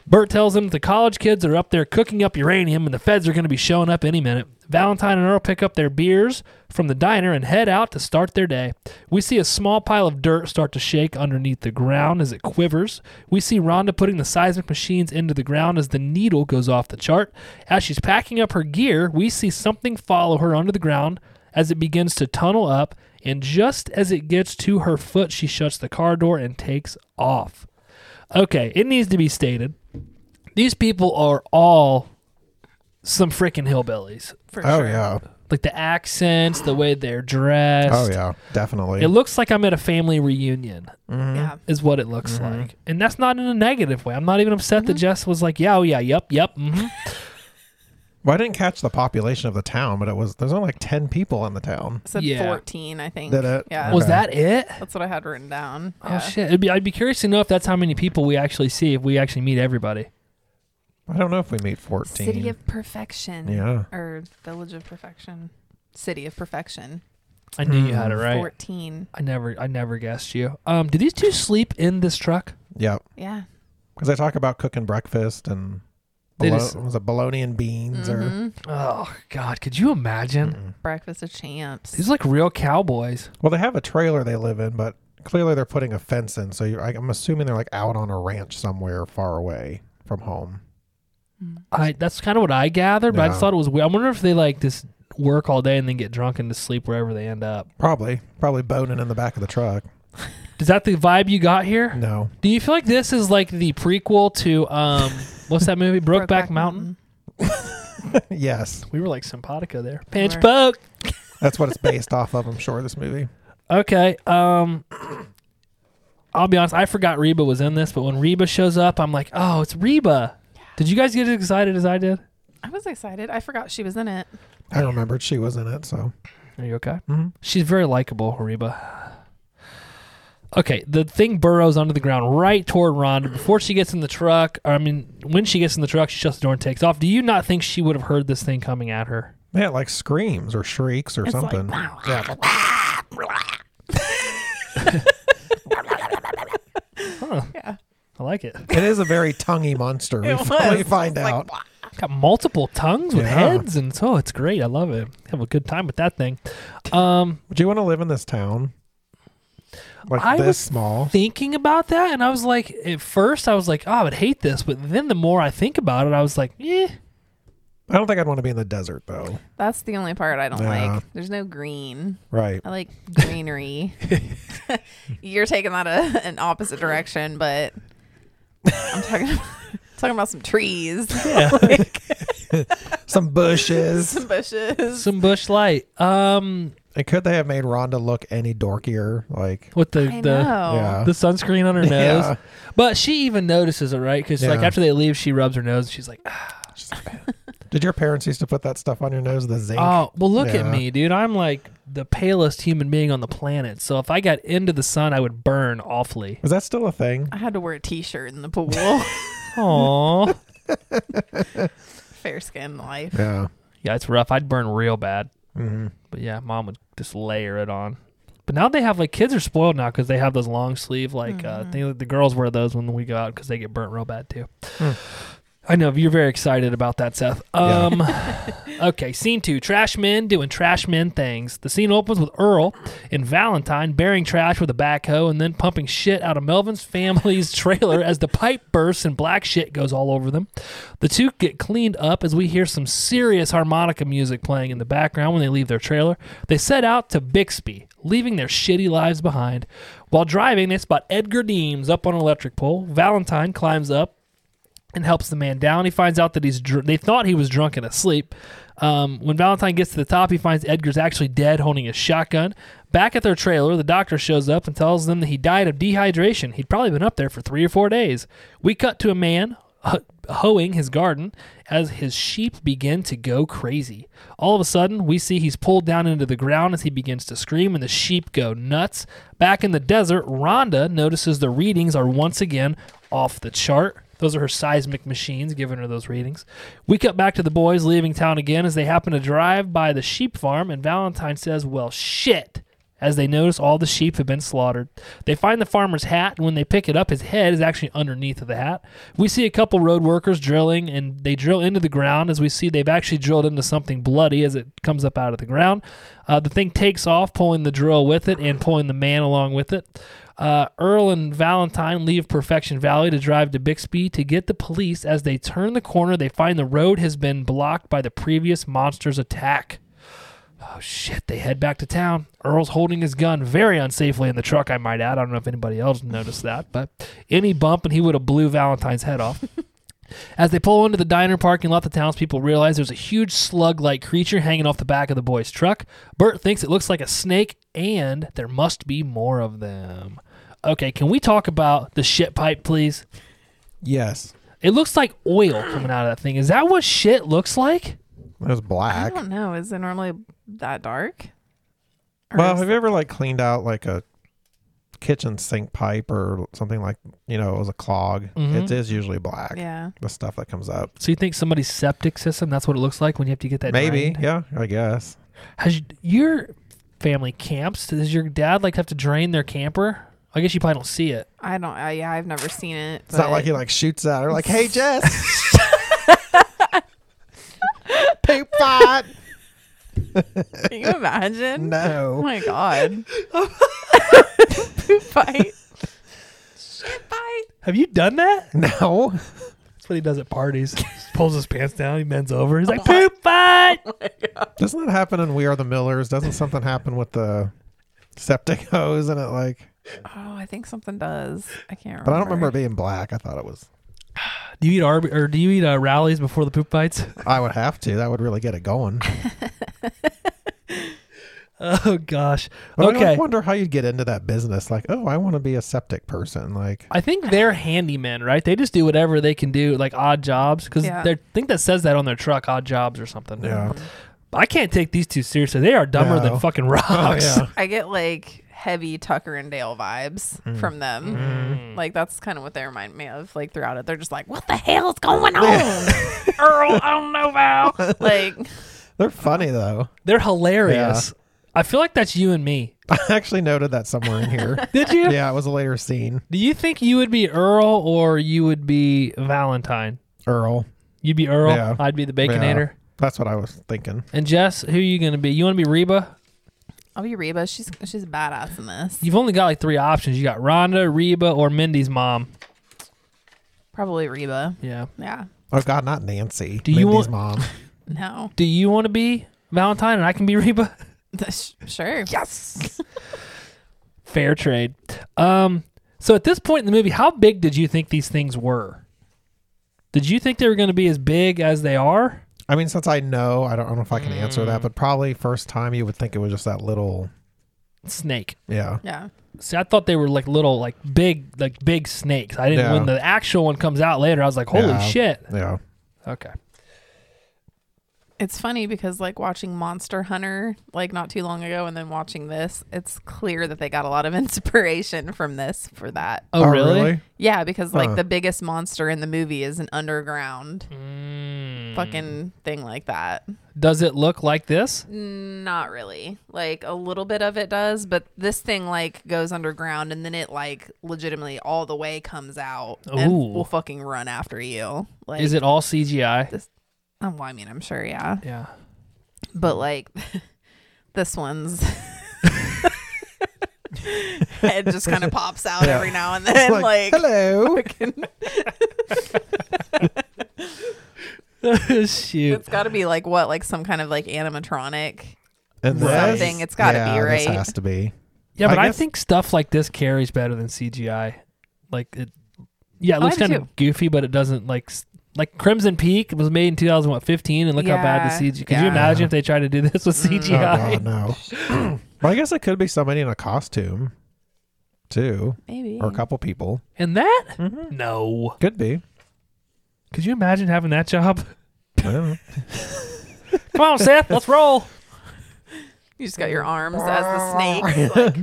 Speaker 1: Bert tells him the college kids are up there cooking up uranium and the feds are going to be showing up any minute. Valentine and Earl pick up their beers from the diner and head out to start their day. We see a small pile of dirt start to shake underneath the ground as it quivers. We see Rhonda putting the seismic machines into the ground as the needle goes off the chart. As she's packing up her gear, we see something follow her under the ground as it begins to tunnel up, and just as it gets to her foot, she shuts the car door and takes off. Okay, it needs to be stated these people are all some freaking hillbillies.
Speaker 4: For
Speaker 2: Oh
Speaker 4: sure.
Speaker 2: yeah.
Speaker 1: Like the accents, the way they're dressed.
Speaker 2: Oh yeah. Definitely.
Speaker 1: It looks like I'm at a family reunion,
Speaker 2: Mm-hmm.
Speaker 4: Yeah.
Speaker 1: is what it looks like. And that's not in a negative way. I'm not even upset that Jess was like, yeah, oh, yeah, yep, yep. mhm."
Speaker 2: well, I didn't catch the population of the town, but it was there's only like ten people in the town.
Speaker 4: Said
Speaker 1: Yeah.
Speaker 4: 14, I think.
Speaker 2: Did it?
Speaker 4: Yeah.
Speaker 1: Was
Speaker 2: Okay.
Speaker 1: that it?
Speaker 4: That's what I had written down.
Speaker 1: Oh,
Speaker 4: Yeah.
Speaker 1: shit. It'd be, I'd be curious to know if that's how many people we actually see, if we actually meet everybody.
Speaker 2: I don't know if we meet fourteen.
Speaker 4: City of Perfection.
Speaker 2: Yeah.
Speaker 4: Or Village of Perfection. City of Perfection.
Speaker 1: I knew you had it right.
Speaker 4: 14.
Speaker 1: I never, I never guessed you. Um, did these two sleep in this truck?
Speaker 2: yeah.
Speaker 4: Yeah.
Speaker 2: Because they talk about cooking breakfast and
Speaker 1: They
Speaker 2: bolo-
Speaker 1: just-
Speaker 2: was it bologna and beans or
Speaker 4: Mhm.
Speaker 1: Oh God, could you imagine?
Speaker 4: Breakfast of Champs.
Speaker 1: These are like real cowboys.
Speaker 2: well, they have a trailer they live in, but clearly they're putting a fence in. So you I, I'm assuming they're like out on a ranch somewhere far away from home.
Speaker 1: I that's kind of what I gathered, but I just
Speaker 2: Yeah.
Speaker 1: thought it was weird. I wonder if they like just work all day and then get drunk and just sleep wherever they end up.
Speaker 2: Probably, probably boning in the back of the truck.
Speaker 1: Is that the vibe you got here?
Speaker 2: No,
Speaker 1: Do you feel like this is like the prequel to um what's that movie? Brokeback, Mountain?
Speaker 2: yes,
Speaker 1: We were like simpatico there. Pinch
Speaker 4: were.
Speaker 1: poke.
Speaker 2: that's what it's based off of. I'm sure this movie.
Speaker 1: Okay. Um I'll be honest, I forgot Reba was in this, but when Reba shows up, I'm like, "Oh, it's Reba." Did you guys get as excited as I did?
Speaker 4: I was excited. I forgot she was in it.
Speaker 2: I remembered she was in it, so
Speaker 1: Are you okay?
Speaker 2: Mhm.
Speaker 1: She's very likable, Reba. Okay, the thing burrows under the ground right toward Rhonda before she gets in the truck. Or I mean, when she gets in the truck, she shuts the door and takes off. Do you not think she would have heard this thing coming at her?
Speaker 2: yeah, it, like screams or shrieks or something. yeah,
Speaker 4: Yeah.
Speaker 1: I like it.
Speaker 2: it is a very tonguey monster. We, we find out.
Speaker 1: Got multiple tongues with
Speaker 2: Yeah.
Speaker 1: heads, and so it's great. I love it. Have a good time with that thing. Um,
Speaker 2: Would you want to live in this town? Like
Speaker 1: I
Speaker 2: this
Speaker 1: was
Speaker 2: small?
Speaker 1: thinking about that, and I was like, at first, I was like, oh, I would hate this, but then the more I think about it, I was like, eh,
Speaker 2: I don't think I'd want to be in the desert though.
Speaker 4: That's the only part I don't
Speaker 2: Yeah.
Speaker 4: like. There's no green.
Speaker 2: Right.
Speaker 4: I like greenery. You're taking that a, an opposite direction, but I'm talking about, talking about some trees, like
Speaker 2: Some bushes.
Speaker 4: some bushes.
Speaker 1: Some bush light. Um,
Speaker 2: and could they have made Rhonda look any dorkier? Like,
Speaker 1: with the
Speaker 4: I
Speaker 1: the
Speaker 4: know.
Speaker 2: yeah.
Speaker 1: the sunscreen on her nose.
Speaker 2: Yeah.
Speaker 1: But she even notices it, right? Because like
Speaker 2: Yeah.
Speaker 1: after they leave, she rubs her nose and she's like,
Speaker 2: Did your parents used to put that stuff on your nose? The zinc.
Speaker 1: "Oh, well, look
Speaker 2: Yeah.
Speaker 1: at me, dude. I'm like the palest human being on the planet. So if I got into the sun, I would burn awfully."
Speaker 2: Is that still a thing?
Speaker 4: I had to wear a t-shirt in the pool.
Speaker 1: Aw,
Speaker 4: Fair skin life.
Speaker 2: Yeah.
Speaker 1: yeah, it's rough. I'd burn real bad.
Speaker 2: hmm
Speaker 1: But yeah, mom would just layer it on. But now they have like kids are spoiled now because they have those long sleeve like uh, thing. The girls wear those when we go out because they get burnt real bad too.
Speaker 2: Hmm.
Speaker 1: I know you're very excited about that, Seth.
Speaker 2: Yeah.
Speaker 1: Um, okay, scene two: trash men doing trash men things. The scene opens with Earl and Valentine burying trash with a backhoe and then pumping shit out of Melvin's family's trailer as the pipe bursts and black shit goes all over them. The two get cleaned up as we hear some serious harmonica music playing in the background when they leave their trailer. They set out to Bixby, leaving their shitty lives behind. While driving, they spot Edgar Deems up on an electric pole. Valentine climbs up and helps the man down. He finds out that he's dr- they thought he was drunk and asleep. Um, when Valentine gets to the top, he finds Edgar's actually dead, holding his shotgun. Back at their trailer, the doctor shows up and tells them that he died of dehydration. He'd probably been up there for three or four days. We cut to a man h- hoeing his garden as his sheep begin to go crazy. All of a sudden, we see he's pulled down into the ground as he begins to scream, and the sheep go nuts. Back in the desert, Rhonda notices the readings are once again off the chart. Those are her seismic machines giving her those readings. We cut back to the boys leaving town again as they happen to drive by the sheep farm, and Valentine says, Well, shit, as they notice all the sheep have been slaughtered. They find the farmer's hat, and when they pick it up, his head is actually underneath of the hat. We see a couple road workers drilling, and they drill into the ground as we see they've actually drilled into something bloody as it comes up out of the ground. Uh, the thing takes off, pulling the drill with it and pulling the man along with it. Uh, Earl and Valentine leave Perfection Valley to drive to Bixby to get the police. As they turn the corner, they find the road has been blocked by the previous monster's attack. Oh shit, they head back to town. Earl's holding his gun very unsafely in the truck, I might add. I don't know if anybody else noticed that, but any bump and he would have blew Valentine's head off. As they pull into the diner parking lot, the townspeople realize there's a huge slug like creature hanging off the back of the boy's truck. Bert thinks it looks like a snake, and there must be more of them. Okay, can we talk about the shit pipe, please?
Speaker 2: Yes.
Speaker 1: It looks like oil coming out of that thing. Is that what shit looks like?
Speaker 2: It was
Speaker 4: I
Speaker 2: black.
Speaker 4: don't know. Is it normally that dark? Or
Speaker 2: Well,
Speaker 4: is-
Speaker 2: have you ever like cleaned out like a kitchen sink pipe or something like you know it was a clog?
Speaker 1: Mhm.
Speaker 2: It is usually black.
Speaker 4: Mm-hmm. yeah.
Speaker 2: The stuff that comes up.
Speaker 1: So you think somebody's septic system? That's what it looks like when you have to get that.
Speaker 2: Maybe.
Speaker 1: drained?
Speaker 2: Yeah. I guess.
Speaker 1: Has your family camps? Does your dad like have to drain their camper? I guess you probably don't see it.
Speaker 4: I don't. I, yeah, I've never seen it.
Speaker 2: It's not like he like shoots at her like, "Hey, Jess." Poop pot.
Speaker 4: Can you imagine? Oh
Speaker 2: No.
Speaker 4: my god. Poop fight. Shit fight.
Speaker 1: Have you done that?
Speaker 2: No.
Speaker 1: That's what he does at parties. he pulls his pants down, he bends over, he's like, poop fight!
Speaker 2: Doesn't that happen in We Are the Millers? Doesn't something happen with the septic hose and it like?
Speaker 4: Oh, I think something does. I can't remember.
Speaker 2: But I don't remember it being black. I thought it was.
Speaker 1: Do you eat Arby, or do you eat uh, rallies before the poop fights?
Speaker 2: I would have to. That would really get it going.
Speaker 1: Oh gosh.
Speaker 2: But I
Speaker 1: okay.
Speaker 2: always wonder how you'd get into that business. Like, oh, I want to be a septic person. Like,
Speaker 1: I think they're handymen, right? They just do whatever they can do, like odd jobs, because
Speaker 4: Yeah.
Speaker 1: they think that says that on their truck, odd jobs or something.
Speaker 2: yeah.
Speaker 1: I can't take these two seriously. They are dumber
Speaker 2: No.
Speaker 1: than fucking rocks.
Speaker 4: I get like heavy Tucker and Dale vibes
Speaker 2: Mm.
Speaker 4: from them. Like that's kind of what they remind me of. Like throughout it, they're just like, "What the hell's going on, Earl? I don't know, Val." Like,
Speaker 2: They're funny though.
Speaker 1: They're hilarious. I feel like that's you and me.
Speaker 2: I actually noted that somewhere in here.
Speaker 1: Did you?
Speaker 2: yeah, it was a later scene.
Speaker 1: Do you think you would be Earl or you would be Valentine?
Speaker 2: Earl.
Speaker 1: You'd be Earl.
Speaker 2: Yeah.
Speaker 1: I'd be the Baconator.
Speaker 2: That's what I was thinking.
Speaker 1: And Jess, who are you gonna be? You want to be Reba?
Speaker 4: I'll be Reba. She's she's a badass in this.
Speaker 1: You've only got like three options. You got Rhonda, Reba, or Mindy's mom.
Speaker 4: Probably Reba.
Speaker 1: Yeah.
Speaker 4: Yeah.
Speaker 2: Oh God, not Nancy.
Speaker 1: Do you
Speaker 2: Mindy's
Speaker 1: want-
Speaker 2: mom?
Speaker 4: No.
Speaker 1: Do you want to be Valentine and I can be Reba?
Speaker 4: Sure.
Speaker 1: Yes. Fair trade. Um, so at this point in the movie, how big did you think these things were? Did you think they were going to be as big as they are?
Speaker 2: I mean, since I know, I don't, I don't know if I can answer
Speaker 1: Mm.
Speaker 2: that, but probably first time you would think it was just that little,
Speaker 1: Snake.
Speaker 2: yeah.
Speaker 4: Yeah.
Speaker 1: See, I thought they were like little, like big, like big snakes. I didn't.
Speaker 2: Yeah.
Speaker 1: When the actual one comes out later, I was like, "Holy
Speaker 2: Yeah.
Speaker 1: shit!"
Speaker 2: Yeah.
Speaker 1: Okay.
Speaker 4: It's funny because like watching Monster Hunter like not too long ago and then watching this, it's clear that they got a lot of inspiration from this for that.
Speaker 1: Oh, really?
Speaker 4: Yeah, because like
Speaker 2: Huh.
Speaker 4: the biggest monster in the movie is an underground fucking thing like that.
Speaker 1: Mm. Does it look like this?
Speaker 4: Not really. Like a little bit of it does, but this thing like goes underground and then it like legitimately all the way comes out and
Speaker 1: Ooh.
Speaker 4: will fucking run after you. Like
Speaker 1: Is it all CGI?
Speaker 4: Oh, well, I mean, I'm sure, yeah.
Speaker 1: Yeah.
Speaker 4: But like this one's head just kind of pops out every now and then
Speaker 2: Like,
Speaker 4: like,
Speaker 2: hello.
Speaker 1: Shoot.
Speaker 4: it's got to be like what like some kind of like animatronic
Speaker 2: And this-
Speaker 4: something. It's gotta
Speaker 2: yeah,
Speaker 4: be,
Speaker 2: This
Speaker 4: right?
Speaker 2: has to be.
Speaker 1: Yeah,
Speaker 2: I
Speaker 1: but I,
Speaker 2: guess-
Speaker 1: think stuff like this carries better than CGI. Like it, yeah, it
Speaker 4: Oh, I
Speaker 1: looks
Speaker 4: do
Speaker 1: kind of
Speaker 4: too.
Speaker 1: goofy, but it doesn't like s- like Crimson Peak was made in 2015, and look how bad
Speaker 4: Yeah, Mm.
Speaker 1: the CGI. Could you
Speaker 4: yeah.
Speaker 1: imagine if they tried to do this with
Speaker 2: Oh,
Speaker 1: CGI?
Speaker 2: God, no. well, I guess it could be somebody in a costume, too,
Speaker 4: maybe.
Speaker 2: or a couple people.
Speaker 1: and that no.
Speaker 2: Could be.
Speaker 1: Could you imagine having that job?
Speaker 2: I don't know.
Speaker 1: Come on, Seth, let's roll.
Speaker 4: You just got your arms as the snake. like,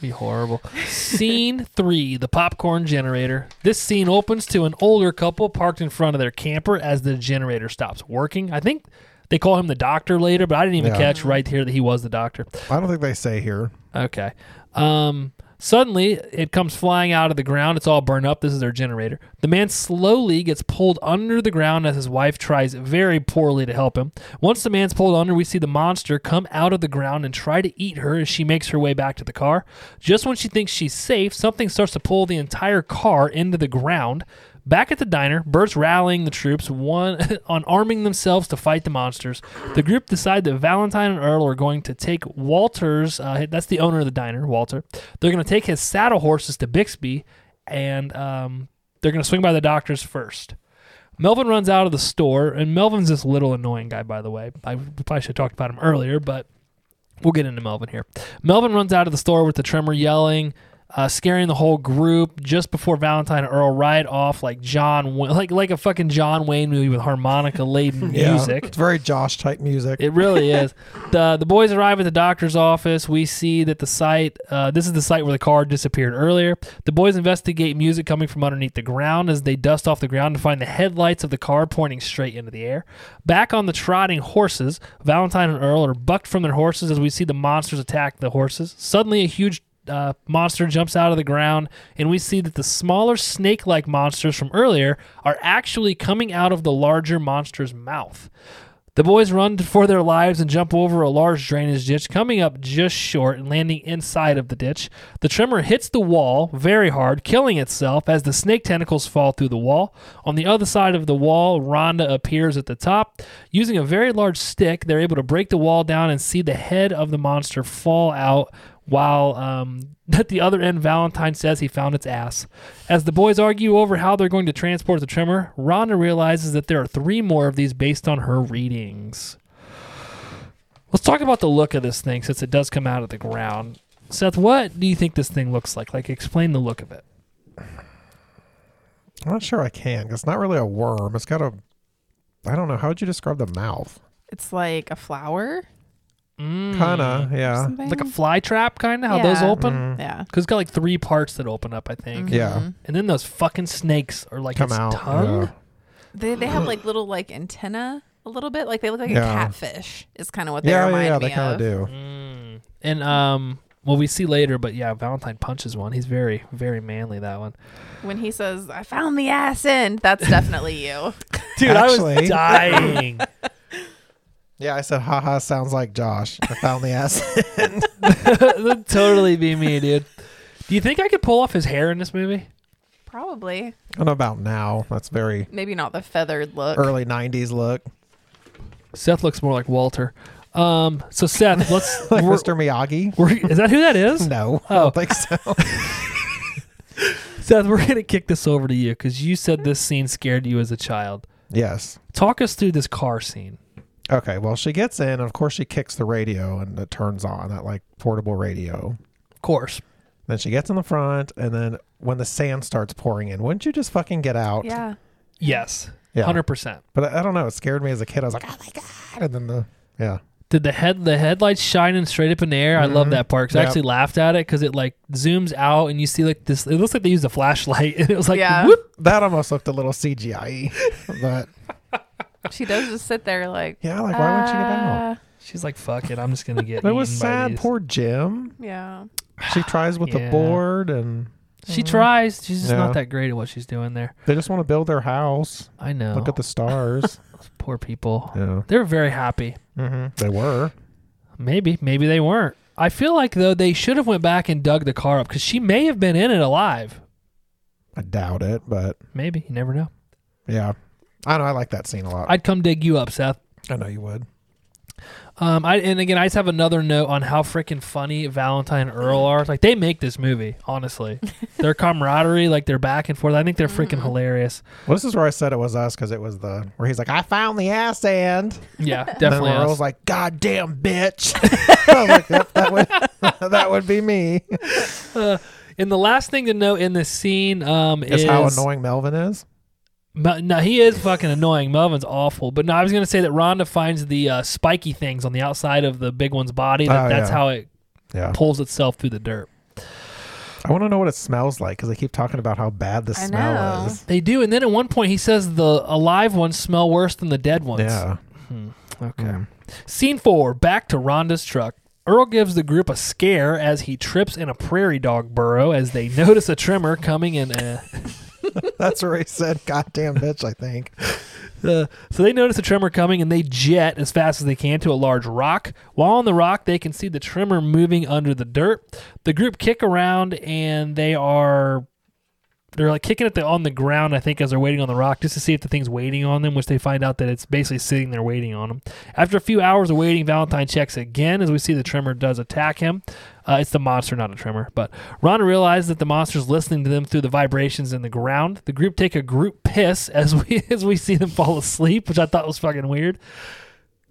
Speaker 1: Be horrible. scene three: the popcorn generator. This scene opens to an older couple parked in front of their camper as the generator stops working. I think they call him the doctor later, but I didn't even
Speaker 2: Yeah.
Speaker 1: catch right here that he was the doctor.
Speaker 2: I don't think they say here.
Speaker 1: Okay. Um, suddenly, it comes flying out of the ground. It's all burned up. This is their generator. The man slowly gets pulled under the ground as his wife tries very poorly to help him. Once the man's pulled under, we see the monster come out of the ground and try to eat her as she makes her way back to the car. Just when she thinks she's safe, something starts to pull the entire car into the ground. Back at the diner, Bert's rallying the troops one on arming themselves to fight the monsters. The group decide that Valentine and Earl are going to take Walter's. Uh, that's the owner of the diner, Walter. They're going to take his saddle horses to Bixby, and um, they're going to swing by the doctor's first. Melvin runs out of the store, and Melvin's this little annoying guy, by the way. I probably should have talked about him earlier, but we'll get into Melvin here. Melvin runs out of the store with the tremor yelling, uh, scaring the whole group just before Valentine and Earl ride off like John, Wa- like like a fucking John Wayne movie with harmonica laden music.
Speaker 2: It's very Josh type music.
Speaker 1: It really is. the The boys arrive at the doctor's office. We see that the site. Uh, this is the site where the car disappeared earlier. The boys investigate music coming from underneath the ground as they dust off the ground to find the headlights of the car pointing straight into the air. Back on the trotting horses, Valentine and Earl are bucked from their horses as we see the monsters attack the horses. Suddenly, a huge uh, monster jumps out of the ground, and we see that the smaller snake like monsters from earlier are actually coming out of the larger monster's mouth. The boys run for their lives and jump over a large drainage ditch, coming up just short and landing inside of the ditch. The tremor hits the wall very hard, killing itself as the snake tentacles fall through the wall. On the other side of the wall, Rhonda appears at the top. Using a very large stick, they're able to break the wall down and see the head of the monster fall out. While um, at the other end, Valentine says he found its ass. As the boys argue over how they're going to transport the tremor, Rhonda realizes that there are three more of these based on her readings. Let's talk about the look of this thing since it does come out of the ground. Seth, what do you think this thing looks like? Like, explain the look of it.
Speaker 2: I'm not sure I can. 'cause It's not really a worm. It's got a. I don't know. How would you describe the mouth?
Speaker 4: it's like a flower.
Speaker 1: Hmm.
Speaker 2: Mm. Kinda, Mm. yeah, Mm-hmm.
Speaker 4: Something.
Speaker 1: Like a fly trap, kind of, how those
Speaker 4: Yeah.
Speaker 1: open?
Speaker 4: yeah. Mm-hmm.
Speaker 1: Because it's got like three parts that open up, I think.
Speaker 2: yeah.
Speaker 1: And then those fucking snakes are like
Speaker 2: Come
Speaker 1: its
Speaker 2: out.
Speaker 1: tongue.
Speaker 2: yeah.
Speaker 4: They they have like little like antenna a little bit. Like they look like
Speaker 2: Yeah.
Speaker 4: a catfish. Is kind of what they
Speaker 2: Yeah, yeah,
Speaker 4: remind
Speaker 2: yeah,
Speaker 4: me
Speaker 2: they kind of
Speaker 4: of.
Speaker 2: do.
Speaker 1: Mm. And um, well, we see later, but yeah, Valentine punches one. He's very, very manly that one.
Speaker 4: When he says, "I found the ass end," that's definitely you.
Speaker 1: Dude, I
Speaker 2: Actually-
Speaker 1: was dying.
Speaker 2: Yeah, I said, haha, sounds like Josh. I found the ass.
Speaker 1: That'd totally be me, dude. Do you think I could pull off his hair in this movie?
Speaker 4: Probably.
Speaker 2: I don't know about now. That's very
Speaker 4: Maybe not the feathered look.
Speaker 2: early 90s look.
Speaker 1: Seth looks more like Walter. Um, so Seth, let's.
Speaker 2: Like
Speaker 1: we're-
Speaker 2: Mr. Miyagi?
Speaker 1: we're- is that who that is?
Speaker 2: No, I
Speaker 1: Oh.
Speaker 2: don't think so.
Speaker 1: Seth, we're gonna kick this over to you because you said this scene scared you as a child.
Speaker 2: yes.
Speaker 1: Talk us through this car scene.
Speaker 2: Okay, well, she gets in, and of course, she kicks the radio and it turns on that like portable radio.
Speaker 1: Of course.
Speaker 2: Then she gets in the front, and then when the sand starts pouring in, wouldn't you just fucking get out?
Speaker 4: Yeah.
Speaker 1: Yes.
Speaker 2: Yeah.
Speaker 1: Hundred percent.
Speaker 2: But I, I don't know. It scared me as a kid. I was like, oh my God. And then the, yeah.
Speaker 1: Did the head the headlights shining straight up in the air? I love that part because I
Speaker 2: Mm-hmm. Yep.
Speaker 1: actually laughed at it because it like zooms out and you see like this. It looks like they used a flashlight and it was like
Speaker 4: Yeah.
Speaker 1: whoop.
Speaker 2: That almost looked a little CGI. but
Speaker 4: She does just sit there like.
Speaker 2: yeah, like, why won't you get out?
Speaker 4: "Ah."
Speaker 1: She's like, "Fuck it, I'm just gonna get."
Speaker 2: It was
Speaker 1: eaten by
Speaker 2: sad.
Speaker 1: these."
Speaker 2: Poor Jim.
Speaker 4: Yeah.
Speaker 2: She tries with
Speaker 1: Yeah.
Speaker 2: the board, and
Speaker 1: She tries. She's just
Speaker 2: Yeah.
Speaker 1: not that great at what she's doing there.
Speaker 2: they just want to build their house.
Speaker 1: I know.
Speaker 2: Look at the stars.
Speaker 1: poor people.
Speaker 2: yeah.
Speaker 1: They were very happy.
Speaker 2: hmm
Speaker 1: Mm-hmm.
Speaker 2: They were.
Speaker 1: Maybe, maybe they weren't. I feel like though they should have went back and dug the car up because she may have been in it alive.
Speaker 2: I doubt it, but
Speaker 1: Maybe you never know.
Speaker 2: yeah. I know. I like that scene a lot.
Speaker 1: I'd come dig you up, Seth.
Speaker 2: I know you would.
Speaker 1: Um, I and again, I just have another note on how freaking funny Valentine and Earl are. Like they make this movie, honestly. their camaraderie, like their back and forth. I think they're
Speaker 2: Mm-hmm.
Speaker 1: freaking hilarious.
Speaker 2: Well, this is where I said it was us because it was the where he's like, I found the ass end.
Speaker 1: Yeah,
Speaker 2: And
Speaker 1: definitely.
Speaker 2: then Earl's
Speaker 1: us.
Speaker 2: like, God damn bitch. I was like, yep, that would that would be me.
Speaker 1: and the last thing to note in this scene um,
Speaker 2: Is,
Speaker 1: is
Speaker 2: how annoying Melvin is.
Speaker 1: Mel- no, he is fucking annoying. Melvin's awful. But no, I was gonna say that Rhonda finds the uh, spiky things on the outside of the big one's body. That,
Speaker 2: Oh,
Speaker 1: that's
Speaker 2: yeah.
Speaker 1: how it
Speaker 2: Yeah.
Speaker 1: pulls itself through the dirt.
Speaker 2: I want to know what it smells like because they keep talking about how bad the
Speaker 4: I
Speaker 2: smell
Speaker 4: know.
Speaker 2: is.
Speaker 1: They do, and then at one point he says the alive ones smell worse than the dead ones.
Speaker 2: Yeah.
Speaker 1: Hmm. Okay.
Speaker 2: Mm.
Speaker 1: Scene four. Back to Rhonda's truck. Earl gives the group a scare as he trips in a prairie dog burrow as they notice a tremor coming in. Uh,
Speaker 2: That's where he said, God damn bitch, I think.
Speaker 1: uh, so they notice a tremor coming and they jet as fast as they can to a large rock. While on the rock, they can see the tremor moving under the dirt. The group kick around and they are they're like kicking at the on the ground, I think, as they're waiting on the rock, just to see if the thing's waiting on them, which they find out that it's basically sitting there waiting on them. After a few hours of waiting, Valentine checks again as we see the tremor does attack him. Uh, it's the monster, not a tremor. But Rhonda realizes that the monster's listening to them through the vibrations in the ground. The group take a group piss as we as we see them fall asleep, which I thought was fucking weird.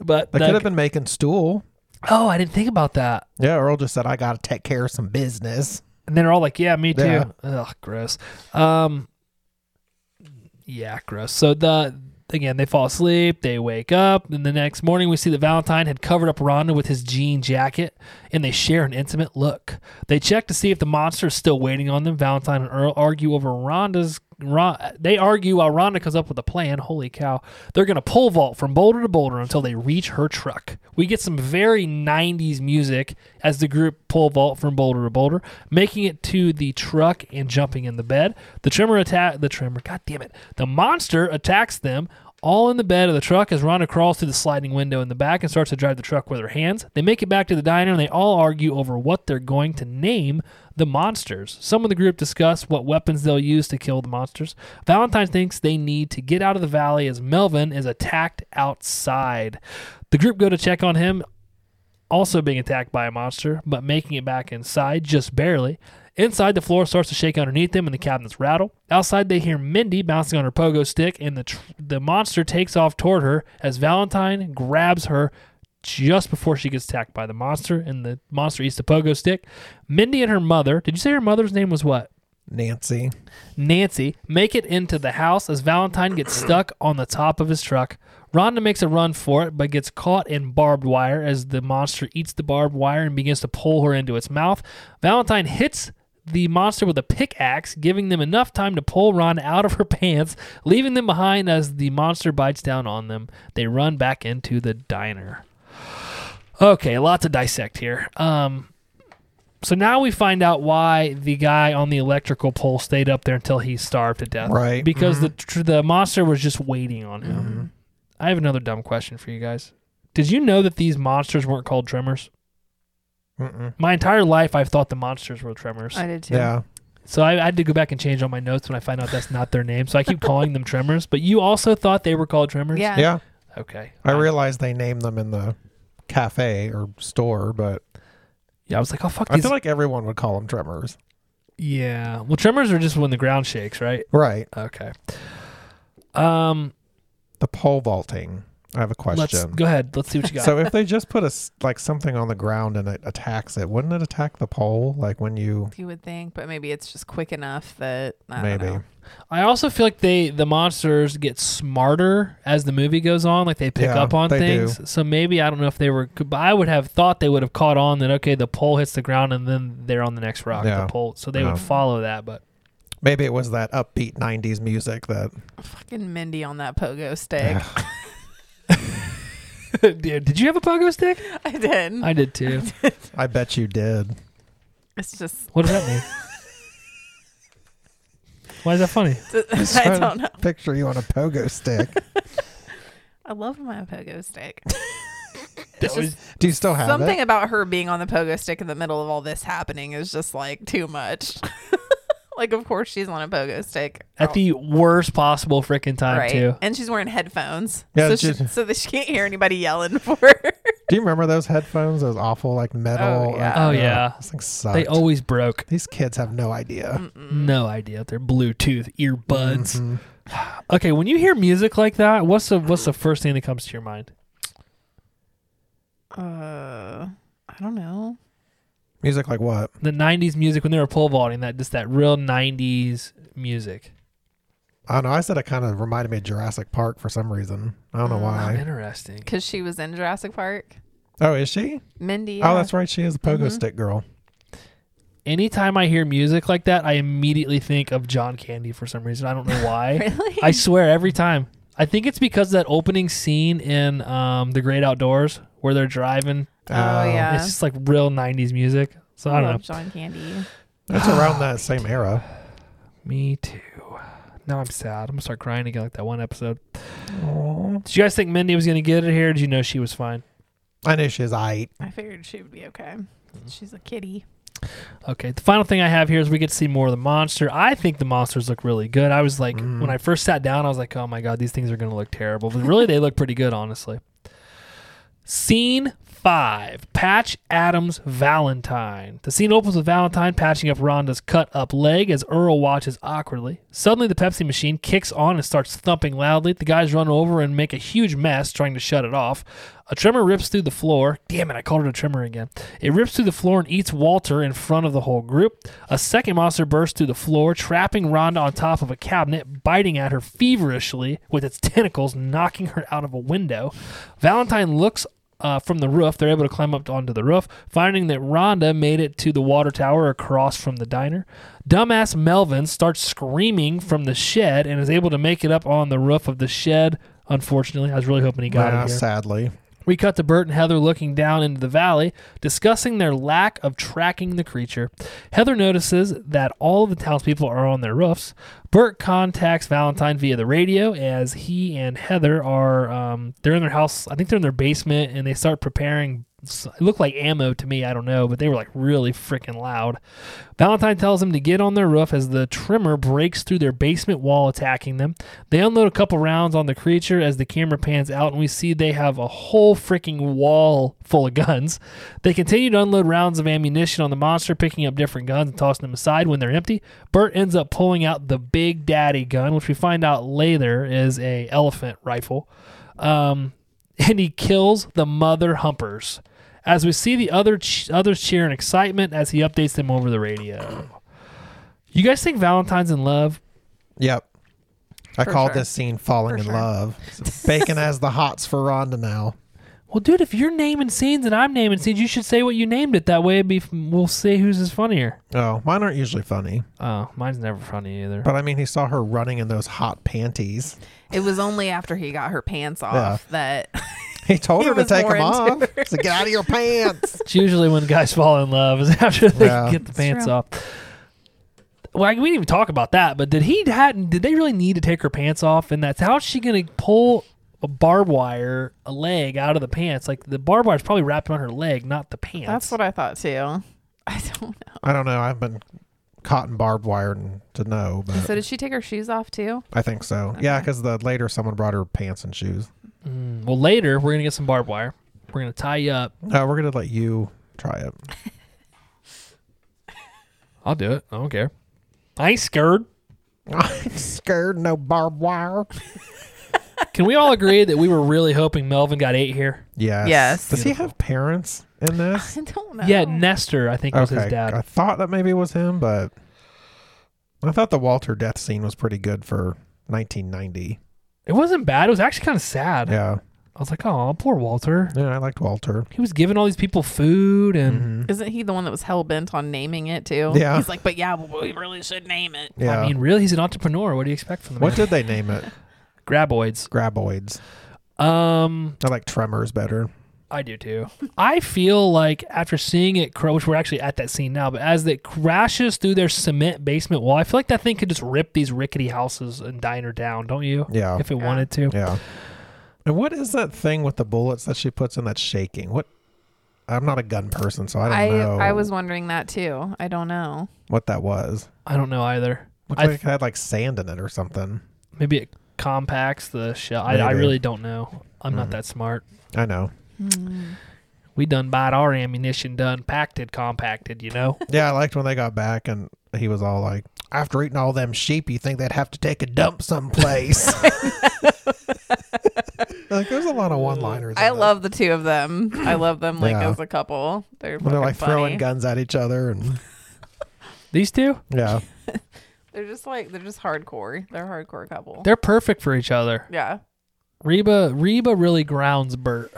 Speaker 1: but
Speaker 2: They
Speaker 1: the-
Speaker 2: could have been making stool.
Speaker 1: oh, I didn't think about that.
Speaker 2: Yeah, Earl just said, I got to take care of some business.
Speaker 1: And then they're all like, "Yeah, me too."
Speaker 2: Yeah.
Speaker 1: Ugh, gross. Um, yeah, gross. So the again, they fall asleep. They wake up, and the next morning we see that Valentine had covered up Rhonda with his jean jacket, and they share an intimate look. They check to see if the monster is still waiting on them. Valentine and Earl argue over Rhonda's. Ron, they argue while Rhonda comes up with a plan. Holy cow! They're gonna pole vault from boulder to boulder until they reach her truck. We get some very 90s music as the group pole vault from boulder to boulder, making it to the truck and jumping in the bed. The tremor attack. The tremor. God damn it! The monster attacks them. All in the bed of the truck as Rhonda crawls through the sliding window in the back and starts to drive the truck with her hands. They make it back to the diner and they all argue over what they're going to name the monsters. Some of the group discuss what weapons they'll use to kill the monsters. Valentine thinks they need to get out of the valley as Melvin is attacked outside. The group go to check on him also being attacked by a monster, but making it back inside just barely. Inside, the floor starts to shake underneath them, and the cabinets rattle. Outside, they hear Mindy bouncing on her pogo stick, and the tr- the monster takes off toward her as Valentine grabs her just before she gets attacked by the monster, and the monster eats the pogo stick. Mindy and her mother. Did you say her mother's name was what?
Speaker 2: Nancy.
Speaker 1: Nancy make it into the house as Valentine gets stuck on the top of his truck. Rhonda makes a run for it but gets caught in barbed wire as the monster eats the barbed wire and begins to pull her into its mouth. Valentine hits the monster with a pickaxe, giving them enough time to pull Rhonda out of her pants, leaving them behind as the monster bites down on them. They run back into the diner. Okay, a lot to dissect here. Um, so now we find out why the guy on the electrical pole stayed up there until he starved to death.
Speaker 2: Right. Mm-hmm.
Speaker 1: Because the tr- the monster was just waiting on him.
Speaker 4: Mm-hmm.
Speaker 1: I have another dumb question for you guys. Did you know that these monsters weren't called tremors?
Speaker 2: Mm-mm.
Speaker 1: My entire life, I've thought the monsters were tremors.
Speaker 4: I did too.
Speaker 2: Yeah.
Speaker 1: So I, I had to go back and change all my notes when I find out that's not their name. So I keep calling them Tremors. But you also thought they were called Tremors.
Speaker 4: Yeah.
Speaker 2: Yeah.
Speaker 1: Okay.
Speaker 2: I realized they named them in the cafe or store, but
Speaker 1: Yeah, I was like, oh fuck.
Speaker 2: I
Speaker 1: These.
Speaker 2: feel like everyone would call them tremors.
Speaker 1: yeah. Well, Tremors are just when the ground shakes, right?
Speaker 2: Right.
Speaker 1: Okay. Um.
Speaker 2: The pole vaulting. I have a
Speaker 1: Let's
Speaker 2: question.
Speaker 1: go ahead. Let's see what you got.
Speaker 2: So if they just put a s- like something on the ground and it attacks it, wouldn't it attack the pole? Like when you
Speaker 4: You would think, but maybe it's just quick enough that I
Speaker 2: maybe
Speaker 4: Don't know.
Speaker 1: I also feel like they the monsters get smarter as the movie goes on. Like they pick
Speaker 2: Yeah,
Speaker 1: up on
Speaker 2: they
Speaker 1: things. So maybe I don't know if they were. But I would have thought they would have caught on that. Okay, the pole hits the ground and then they're on the next rock.
Speaker 2: Yeah.
Speaker 1: The pole. So they
Speaker 2: Yeah.
Speaker 1: would follow that. But
Speaker 2: maybe it was that upbeat '90s music that
Speaker 4: Fucking Mindy on that pogo stick.
Speaker 1: Dude, did you have a pogo stick?
Speaker 4: I did.
Speaker 1: I did too.
Speaker 2: I bet you did.
Speaker 4: it's just
Speaker 1: What does that mean? Why is that funny?
Speaker 4: I
Speaker 2: trying to
Speaker 4: don't know.
Speaker 2: Picture you on a pogo stick.
Speaker 4: I love my pogo stick.
Speaker 1: That was,
Speaker 2: Do you still have
Speaker 4: Something
Speaker 2: it?
Speaker 4: about her being on the pogo stick in the middle of all this happening is just like too much. like, of course she's on a pogo stick.
Speaker 1: at the worst possible freaking time
Speaker 4: right,
Speaker 1: too.
Speaker 4: and she's wearing headphones,
Speaker 2: Yeah,
Speaker 4: so, she,
Speaker 2: she's-
Speaker 4: so that she can't hear anybody yelling for her.
Speaker 2: Do you remember those headphones? Those awful like metal.
Speaker 4: Oh, yeah.
Speaker 1: Oh, yeah.
Speaker 2: Those things sucked.
Speaker 1: They always broke.
Speaker 2: These kids have no idea.
Speaker 1: Uh,
Speaker 4: Mm-hmm.
Speaker 2: Mm-hmm.
Speaker 1: No idea. They're Bluetooth earbuds. Okay, when you hear music like that, what's the what's the first thing that comes to your mind?
Speaker 4: Uh, I don't know.
Speaker 2: Music like what?
Speaker 1: The '90s music when they were pole vaulting, that just that real '90s music.
Speaker 2: I don't know. I said it kind of reminded me of Jurassic Park for some reason. I
Speaker 4: Mm,
Speaker 2: don't know why.
Speaker 1: Interesting.
Speaker 4: Because she was in Jurassic Park.
Speaker 2: Oh, is she?
Speaker 4: Mindy.
Speaker 2: Oh,
Speaker 4: yeah.
Speaker 2: that's right. She is a pogo
Speaker 4: Mhm.
Speaker 2: stick girl.
Speaker 1: Anytime I hear music like that, I immediately think of John Candy for some reason. I don't know why.
Speaker 4: Really?
Speaker 1: I swear every time. I think it's because that opening scene in um, The Great Outdoors where they're driving.
Speaker 4: oh
Speaker 2: Uh,
Speaker 4: yeah.
Speaker 1: It's just like real 90s music. So I don't know.
Speaker 4: love John Candy.
Speaker 2: Um, It's around that same era.
Speaker 1: Me too. Now I'm sad. I'm going to start crying again like that one episode. Did you guys think Mindy was going to get it here? Or did you know she was fine?
Speaker 2: I knew she was eight.
Speaker 4: I figured she would be okay.
Speaker 1: Mm.
Speaker 4: She's a kitty.
Speaker 1: Okay. The final thing I have here is we get to see more of the monster. I think the monsters look really good. I was like, when I first sat down, I was like, oh my God, these things are going to look terrible. But really, they look pretty good, honestly. Scene five Patch Adams Valentine. The scene opens with Valentine patching up Rhonda's cut up leg as Earl watches awkwardly. Suddenly, the Pepsi machine kicks on and starts thumping loudly. The guys run over and make a huge mess trying to shut it off. A tremor rips through the floor. Damn it, I called it a tremor again. It rips through the floor and eats Walter in front of the whole group. A second monster bursts through the floor, trapping Rhonda on top of a cabinet, biting at her feverishly with its tentacles, knocking her out of a window. Valentine looks uh, from the roof. They're able to climb up onto the roof, finding that Rhonda made it to the water tower across from the diner. Dumbass Melvin starts screaming from the shed and is able to make it up on the roof of the shed. Unfortunately, I was really hoping he got
Speaker 2: Yeah,
Speaker 1: it here.
Speaker 2: sadly.
Speaker 1: We cut to Bert and Heather looking down into the valley, discussing their lack of tracking the creature. Heather notices that all of the townspeople are on their roofs. Bert contacts Valentine via the radio as he and Heather are um, they're in their house. I think they're in their basement and they start preparing. It looked like ammo to me. I don't know, but they were like really freaking loud. Valentine tells them to get on their roof as the trimmer breaks through their basement wall, attacking them. They unload a couple rounds on the creature as the camera pans out, and we see they have a whole freaking wall full of guns. They continue to unload rounds of ammunition on the monster, picking up different guns and tossing them aside when they're empty. Bert ends up pulling out the Big Daddy gun, which we find out later is a elephant rifle. Um, and he kills the mother humpers. As we see the other ch- others cheer in excitement as he updates them over the radio. You guys think Valentine's in love?
Speaker 2: Yep. I
Speaker 4: For
Speaker 2: called
Speaker 4: sure.
Speaker 2: this scene falling
Speaker 4: For
Speaker 2: in
Speaker 4: sure.
Speaker 2: love. Bacon has the hots for Rhonda now.
Speaker 1: Well, dude, if you're naming scenes and I'm naming scenes, you should say what you named it. That way, it'd be we'll see whose is funnier.
Speaker 2: Oh, mine aren't usually funny.
Speaker 1: Oh, mine's never funny either.
Speaker 2: But I mean, he saw her running in those hot panties.
Speaker 4: It was only after he got her pants off that
Speaker 2: He told
Speaker 4: He
Speaker 2: her to
Speaker 4: was
Speaker 2: take
Speaker 4: more
Speaker 2: them off.
Speaker 4: into
Speaker 2: So get out of your pants.
Speaker 1: It's usually when guys fall in love is after they
Speaker 2: Yeah.
Speaker 1: get the pants off. Well, I- we didn't even talk about that. But did he had did they really need to take her pants off? And that's how's she gonna pull a barbed wire a leg out of the pants? Like the barbed wire's probably wrapped around her leg, not the pants.
Speaker 4: that's what I thought too. I don't know.
Speaker 2: I don't know. I've been caught in barbed wire and to know, but
Speaker 4: So did she take her shoes off too?
Speaker 2: I think so. Yeah, because the later someone brought her pants and shoes.
Speaker 1: Mm, Well, later we're gonna get some barbed wire. We're gonna tie you up.
Speaker 2: Uh, we're gonna let you try it.
Speaker 1: I'll do it. I don't care. I ain't scared.
Speaker 2: I'm scared. No barbed wire.
Speaker 1: Can we all agree that we were really hoping Melvin got eight here?
Speaker 2: Yes.
Speaker 4: Yes.
Speaker 2: Does he have parents in this?
Speaker 4: I don't know.
Speaker 1: Yeah, Nestor, I think was his dad.
Speaker 2: I thought that maybe was him, but I thought the Walter death scene was pretty good for 1990.
Speaker 1: It wasn't bad. It was actually kind of sad.
Speaker 2: Yeah.
Speaker 1: I was like, oh, poor Walter.
Speaker 2: Yeah, I liked Walter.
Speaker 1: He was giving all these people food and.
Speaker 2: Mm-hmm.
Speaker 4: Isn't he the one that was hell bent on naming it too?
Speaker 2: Yeah.
Speaker 4: He's like, but yeah, we really should name it.
Speaker 2: Yeah.
Speaker 1: I mean, really, he's an entrepreneur. What do you expect from the
Speaker 2: what
Speaker 1: man?
Speaker 2: did they name it?
Speaker 1: Graboids.
Speaker 2: Graboids.
Speaker 1: Um,
Speaker 2: I like Tremors better.
Speaker 1: I do too. I feel like after seeing it crash, which we're actually at that scene now, but as it crashes through their cement basement wall, I feel like that thing could just rip these rickety houses and diner down, don't you?
Speaker 2: Yeah.
Speaker 1: If it wanted to.
Speaker 2: Yeah. And what is that thing with the bullets that she puts in that's shaking? What? I'm not a gun person, so I don't
Speaker 4: I
Speaker 2: know
Speaker 4: I was wondering that too. I don't know.
Speaker 2: what that was.
Speaker 1: I don't know either.
Speaker 2: Looks
Speaker 1: I
Speaker 2: like it had like sand in it or something.
Speaker 1: Maybe it compacts the shell. I, I
Speaker 2: Maybe. Mm-hmm.
Speaker 1: really don't know. I'm not that smart.
Speaker 2: I know. Hmm.
Speaker 1: We done bought our ammunition, done packed it, compacted, you know?
Speaker 2: Yeah, I liked when they got back and he was all like, after eating all them sheep, you think they'd have to take a dump someplace. like, there's a lot of one liners.
Speaker 4: I love the two of them. I love them like
Speaker 2: Yeah.
Speaker 4: as a couple. They're,
Speaker 2: when they're
Speaker 4: fucking
Speaker 2: like throwing
Speaker 4: funny.
Speaker 2: guns at each other. And
Speaker 1: These two,
Speaker 2: yeah,
Speaker 4: They're just like they're just hardcore. They're a hardcore couple.
Speaker 1: they're perfect for each other.
Speaker 4: yeah.
Speaker 1: Reba Reba really grounds Bert.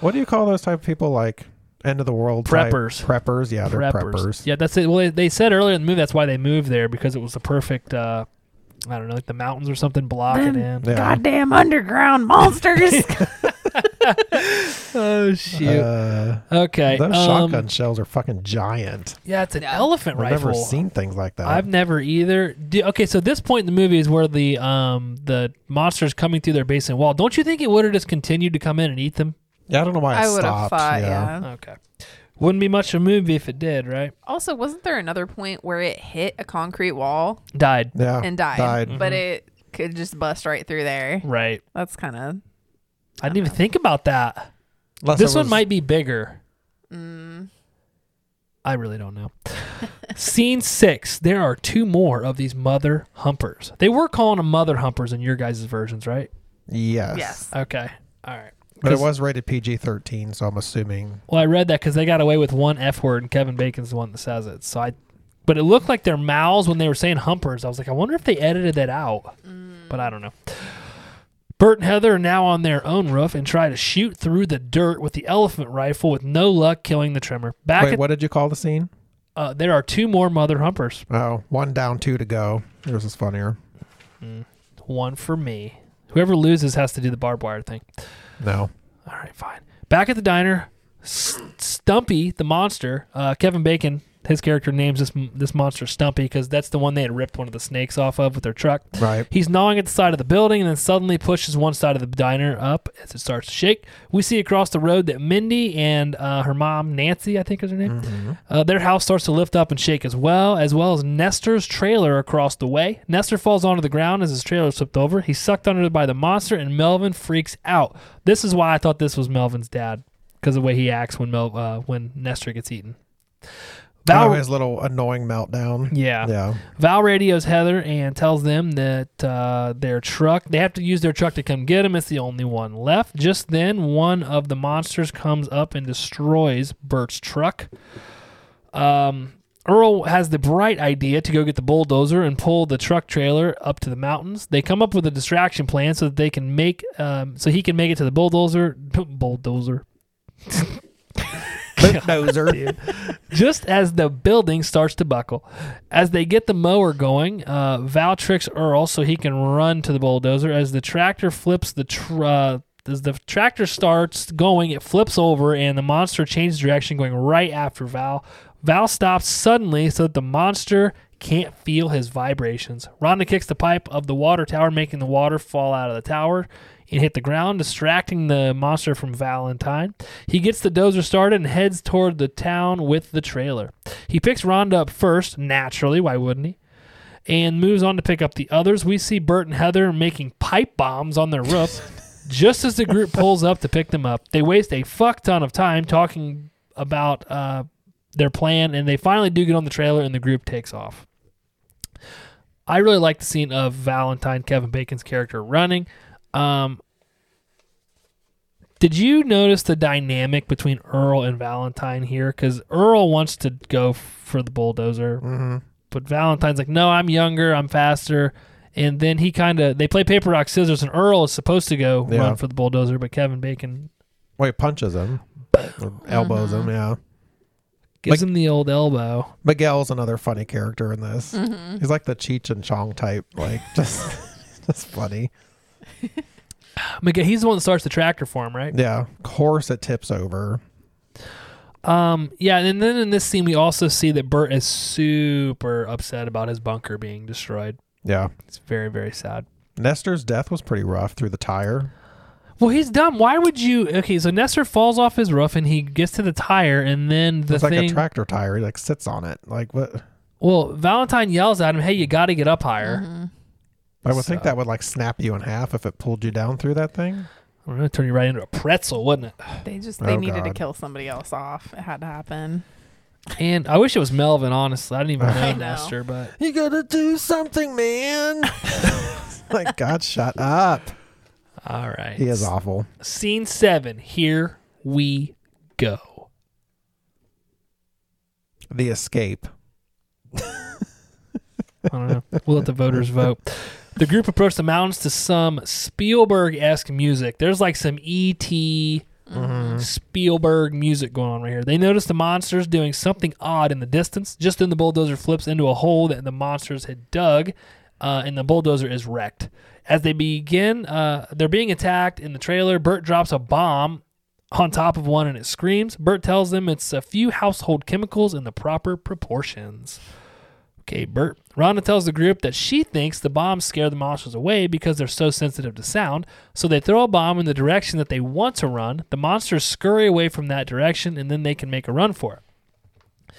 Speaker 2: what do you call those type of people? Like, end of the world type-
Speaker 1: Preppers.
Speaker 2: Preppers. Yeah, they're preppers.
Speaker 1: Yeah, that's it. Well, they, they said earlier in the movie that's why they moved there because it was the perfect, uh, I don't know, like the mountains or something block it in.
Speaker 2: Yeah.
Speaker 4: Goddamn underground monsters.
Speaker 1: Oh shoot.
Speaker 2: Uh,
Speaker 1: okay.
Speaker 2: those
Speaker 1: um,
Speaker 2: shotgun shells are fucking giant.
Speaker 1: Yeah, it's an elephant
Speaker 2: I've
Speaker 1: rifle.
Speaker 2: never seen things like that.
Speaker 1: I've never either. Do, okay, so this point in the movie is where the um the monsters coming through their basement wall. Don't you think it would have just continued to come in and eat them?
Speaker 2: yeah, I don't know why I,
Speaker 4: I would have
Speaker 2: stopped.
Speaker 4: thought,
Speaker 2: yeah.
Speaker 4: yeah.
Speaker 1: Okay. Wouldn't be much of a movie if it did, right?
Speaker 4: Also, wasn't there another point where it hit a concrete wall
Speaker 1: Died.
Speaker 2: Yeah,
Speaker 4: and died?
Speaker 2: Died. Mm-hmm.
Speaker 4: But it could just bust right through there.
Speaker 1: Right.
Speaker 4: That's kind of
Speaker 1: I didn't even think about that.
Speaker 2: Unless
Speaker 1: this
Speaker 2: it
Speaker 1: one
Speaker 2: was-
Speaker 1: might be bigger.
Speaker 4: mm,
Speaker 1: I really don't know. Scene six. There are two more of these mother humpers. They were calling them mother humpers in your guys' versions, right?
Speaker 2: Yes.
Speaker 4: yes.
Speaker 1: Okay. All right.
Speaker 2: But it
Speaker 1: 'Cause-
Speaker 2: was rated PG 13, so I'm assuming.
Speaker 1: Well, I read that because they got away with one F word, and Kevin Bacon's the one that says it. So I, but it looked like their mouths when they were saying humpers. I was like, I wonder if they edited that out. But I don't know. Bert and Heather are now on their own roof and try to shoot through the dirt with the elephant rifle with no luck killing the trimmer. Back
Speaker 2: Wait,
Speaker 1: at,
Speaker 2: what did you call the scene?
Speaker 1: Uh, there are two more mother humpers.
Speaker 2: Oh, one down, two to go. Yours is funnier.
Speaker 1: One for me. Whoever loses has to do the barbed wire thing.
Speaker 2: No.
Speaker 1: All right, fine. Back at the diner, S- Stumpy the monster, uh, Kevin Bacon, his character names this this monster Stumpy because that's the one they had ripped one of the snakes off of with their truck.
Speaker 2: Right.
Speaker 1: He's gnawing at the side of the building and then suddenly pushes one side of the diner up as it starts to shake. We see across the road that Mindy and uh, her mom Nancy, I think is her name,
Speaker 2: Mm-hmm.
Speaker 1: uh, their house starts to lift up and shake as well, as well as Nestor's trailer across the way. Nestor falls onto the ground as his trailer is flipped over. He's sucked under by the monster, and Melvin freaks out. This is why I thought this was Melvin's dad because of the way he acts when Mel uh, when Nestor gets eaten.
Speaker 2: Oh,
Speaker 1: Val,
Speaker 2: his little annoying meltdown.
Speaker 1: yeah.
Speaker 2: Yeah.
Speaker 1: Val radios Heather and tells them that uh, their truck, they have to use their truck to come get him. It's the only one left. Just then, one of the monsters comes up and destroys Bert's truck. Um, Earl has the bright idea to go get the bulldozer and pull the truck trailer up to the mountains. They come up with a distraction plan so that they can make, um, so he can make it to the bulldozer. bulldozer.
Speaker 2: Bulldozer.
Speaker 1: just as the building starts to buckle. As they get the mower going, uh, Val tricks Earl so he can run to the bulldozer. As the tractor flips the tr- uh, as the tractor starts going, it flips over and the monster changes direction, going right after Val. Val stops suddenly so that the monster can't feel his vibrations. Rhonda kicks the pipe of the water tower, making the water fall out of the tower. and hit the ground, distracting the monster from Valentine. He gets the dozer started and heads toward the town with the trailer. He picks Rhonda up first, naturally, why wouldn't he? And moves on to pick up the others. We see Bert and Heather making pipe bombs on their roof. Just as the group pulls up to pick them up, they waste a fuck ton of time talking about uh, their plan, and they finally do get on the trailer, and the group takes off. I really like the scene of Valentine Kevin Bacon's character running. Um, did you notice the dynamic between Earl and Valentine here? Because Earl wants to go f- for the bulldozer,
Speaker 2: Mm-hmm.
Speaker 1: but Valentine's like, "No, I'm younger, I'm faster." And then he kind of they play paper rock scissors, and Earl is supposed to go
Speaker 2: Yeah.
Speaker 1: run for the bulldozer, but Kevin Bacon
Speaker 2: Well, he punches him, or elbows him. Yeah.
Speaker 1: gives
Speaker 2: Like-
Speaker 1: him the old elbow.
Speaker 2: Miguel's another funny character in this.
Speaker 4: Mm-hmm.
Speaker 2: He's like the Cheech and Chong type, like just just funny.
Speaker 1: Miguel, he's the one that starts the tractor for him, right?
Speaker 2: Yeah, of course it tips over.
Speaker 1: Um, yeah, and then in this scene we also see that Bert is super upset about his bunker being destroyed.
Speaker 2: Yeah,
Speaker 1: It's very, very sad.
Speaker 2: Nestor's death was pretty rough through the tire.
Speaker 1: Well, he's dumb. Why would you? Okay, so Nestor falls off his roof and he gets to the tire, and then the
Speaker 2: It's
Speaker 1: thing.
Speaker 2: like a tractor tire. He like sits on it. Like what?
Speaker 1: well, Valentine yells at him, "Hey, you got to get up higher."
Speaker 4: Mm-hmm.
Speaker 2: I would think that would like snap you in half if it pulled you down through that thing.
Speaker 1: I'm gonna turn you right into a pretzel, wouldn't it?
Speaker 4: They just they
Speaker 2: Oh,
Speaker 4: needed to
Speaker 2: God.
Speaker 4: kill somebody else off. It had to happen.
Speaker 1: And I wish it was Melvin. Honestly, I didn't even know,
Speaker 4: I know.
Speaker 1: Nestor, but
Speaker 2: You gotta do something, man. like God, shut up.
Speaker 1: all right.
Speaker 2: He is awful.
Speaker 1: Scene seven. Here we go.
Speaker 2: The escape.
Speaker 1: I don't know. We'll let the voters vote. The group approached the mountains to some Spielberg esque music. There's like some E E.T. Mm-hmm. Spielberg music going on right here. They noticed the monsters doing something odd in the distance. Just then, the bulldozer flips into a hole that the monsters had dug, uh, and the bulldozer is wrecked. As they begin, uh, they're being attacked in the trailer. Bert drops a bomb on top of one and it screams. Bert tells them it's a few household chemicals in the proper proportions. Okay, Bert. Rhonda tells the group that she thinks the bombs scare the monsters away because they're so sensitive to sound. So they throw a bomb in the direction that they want to run. The monsters scurry away from that direction and then they can make a run for it.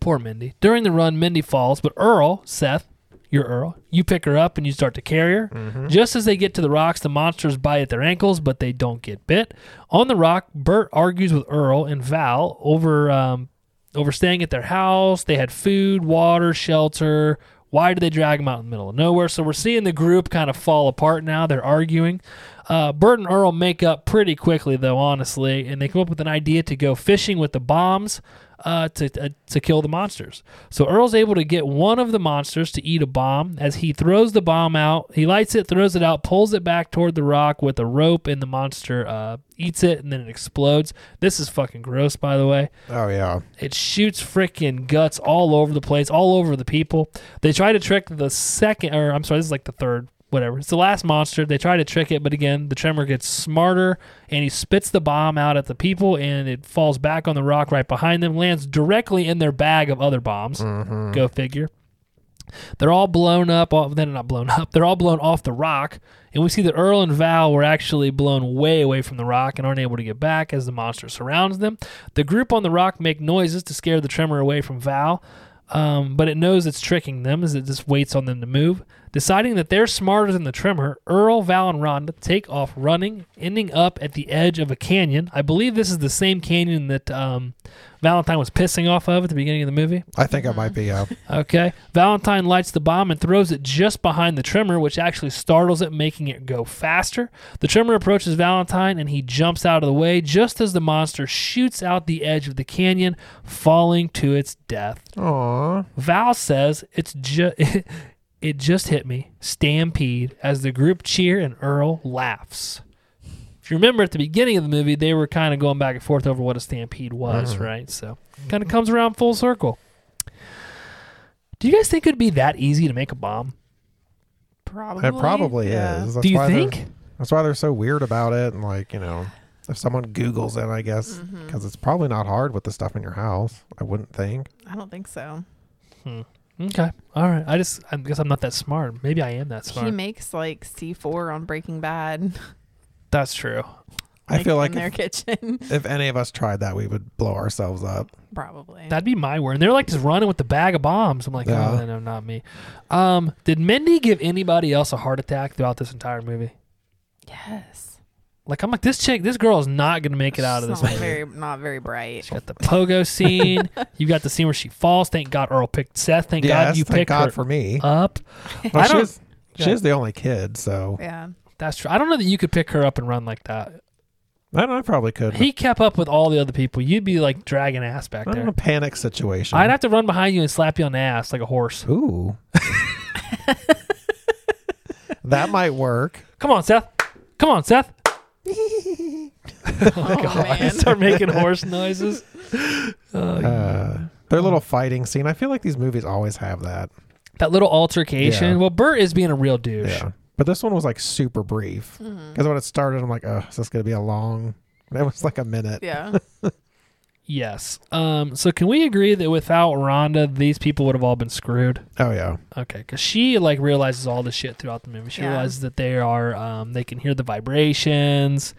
Speaker 1: Poor Mindy. During the run, Mindy falls, but Earl, Seth, your Earl, you pick her up and you start to carry her. Just as they get to the rocks, the monsters bite at their ankles, but they don't get bit. On the rock, Bert argues with Earl and Val over um, over staying at their house. They had food, water, shelter. Why did they drag them out in the middle of nowhere? So we're seeing the group kind of fall apart now. They're arguing. Uh, Bert and Earl make up pretty quickly, though, honestly, and they come up with an idea to go fishing with the bombs uh, to uh, to kill the monsters. So Earl's able to get one of the monsters to eat a bomb. As he throws the bomb out, he lights it, throws it out, pulls it back toward the rock with a rope, and the monster uh, eats it, and then it explodes. This is fucking gross, by the way.
Speaker 2: Oh yeah.
Speaker 1: It shoots freaking guts all over the place, all over the people. They try to trick the second, or I'm sorry, this is like the third, whatever. It's the last monster. They try to trick it, but again, the tremor gets smarter and he spits the bomb out at the people and it falls back on the rock right behind them, lands directly in their bag of other bombs. Go figure. They're all blown up. All, they're not blown up. They're all blown off the rock. And we see that Earl and Val were actually blown way away from the rock and aren't able to get back as the monster surrounds them. The group on the rock make noises to scare the tremor away from Val, um, but it knows it's tricking them as it just waits on them to move. Deciding that they're smarter than the tremor, Earl, Val, and Rhonda take off running, ending up at the edge of a canyon. I believe this is the same canyon that um, Valentine was pissing off of at the beginning of the movie.
Speaker 2: I think I might be. Uh,
Speaker 1: Okay. Valentine lights the bomb and throws it just behind the tremor, which actually startles it, making it go faster. The tremor approaches Valentine and he jumps out of the way just as the monster shoots out the edge of the canyon, falling to its death.
Speaker 2: aw.
Speaker 1: Val says it's just it just hit me. Stampede as the group cheer and Earl laughs. If you remember at the beginning of the movie, they were kind of going back and forth over what a stampede
Speaker 2: Mm-hmm.
Speaker 1: was, right? So kind of comes around full circle. Do you guys think it'd be that easy to make a bomb?
Speaker 4: Probably.
Speaker 2: It probably
Speaker 4: Yeah.
Speaker 2: is.
Speaker 1: Do
Speaker 2: That's
Speaker 1: you
Speaker 2: why they're-
Speaker 1: think?
Speaker 2: That's why they're so weird about it. And like, you know, if someone Googles it, I guess,
Speaker 4: Mm-hmm.
Speaker 2: because it's probably not hard with the stuff in your house. I wouldn't think.
Speaker 4: I don't think so.
Speaker 1: Okay. All right. I just I guess I'm not that smart. Maybe I am that
Speaker 4: He
Speaker 1: smart.
Speaker 4: makes like C four on Breaking Bad.
Speaker 1: That's true.
Speaker 2: I feel like
Speaker 4: in their
Speaker 2: if,
Speaker 4: kitchen,
Speaker 2: if any of us tried that, we would blow ourselves up.
Speaker 4: probably.
Speaker 1: That'd be my word. And they're like just running with the bag of bombs. I'm like,
Speaker 2: Yeah.
Speaker 1: oh, no, not me. Um, did Mindy give anybody else a heart attack throughout this entire movie?
Speaker 4: yes,
Speaker 1: Like, I'm like, this chick, this girl is not gonna make it out of this.
Speaker 4: It's
Speaker 1: Movie.
Speaker 4: not very not very bright.
Speaker 1: She got the pogo scene. you got the scene where she falls. Thank God Earl picked Seth. Thank God
Speaker 2: yes,
Speaker 1: you
Speaker 2: thank
Speaker 1: picked
Speaker 2: God
Speaker 1: her
Speaker 2: for me.
Speaker 1: up.
Speaker 2: Well,
Speaker 1: I don't-
Speaker 2: she's, she's the only kid, so
Speaker 4: Yeah,
Speaker 1: That's true. I don't know that you could pick her up and run like that.
Speaker 2: I don't know. I probably could.
Speaker 1: He kept up with all the other people. You'd be like dragging ass back
Speaker 2: I'm in
Speaker 1: there.
Speaker 2: a panic situation.
Speaker 1: I'd have to run behind you and slap you on the ass like a horse.
Speaker 2: Ooh. that might work.
Speaker 1: Come on, Seth. Come on, Seth.
Speaker 4: oh,
Speaker 1: I
Speaker 4: man.
Speaker 1: start making horse noises. Uh,
Speaker 2: Uh, their little fighting scene. I feel like these movies always have that.
Speaker 1: that little altercation.
Speaker 2: Yeah.
Speaker 1: Well, Bert is being a real douche.
Speaker 2: Yeah. But this one was like super brief. Because
Speaker 4: Mm-hmm.
Speaker 2: when it started, I'm like, oh, is this going to be a long. And it was like a minute.
Speaker 4: yeah.
Speaker 1: Yes. Um. So can we agree that without Rhonda, these people would have all been screwed?
Speaker 2: Oh, yeah.
Speaker 1: Okay, because she like realizes all this shit throughout the movie. She
Speaker 4: Yeah.
Speaker 1: realizes that they are, um, they can hear the vibrations.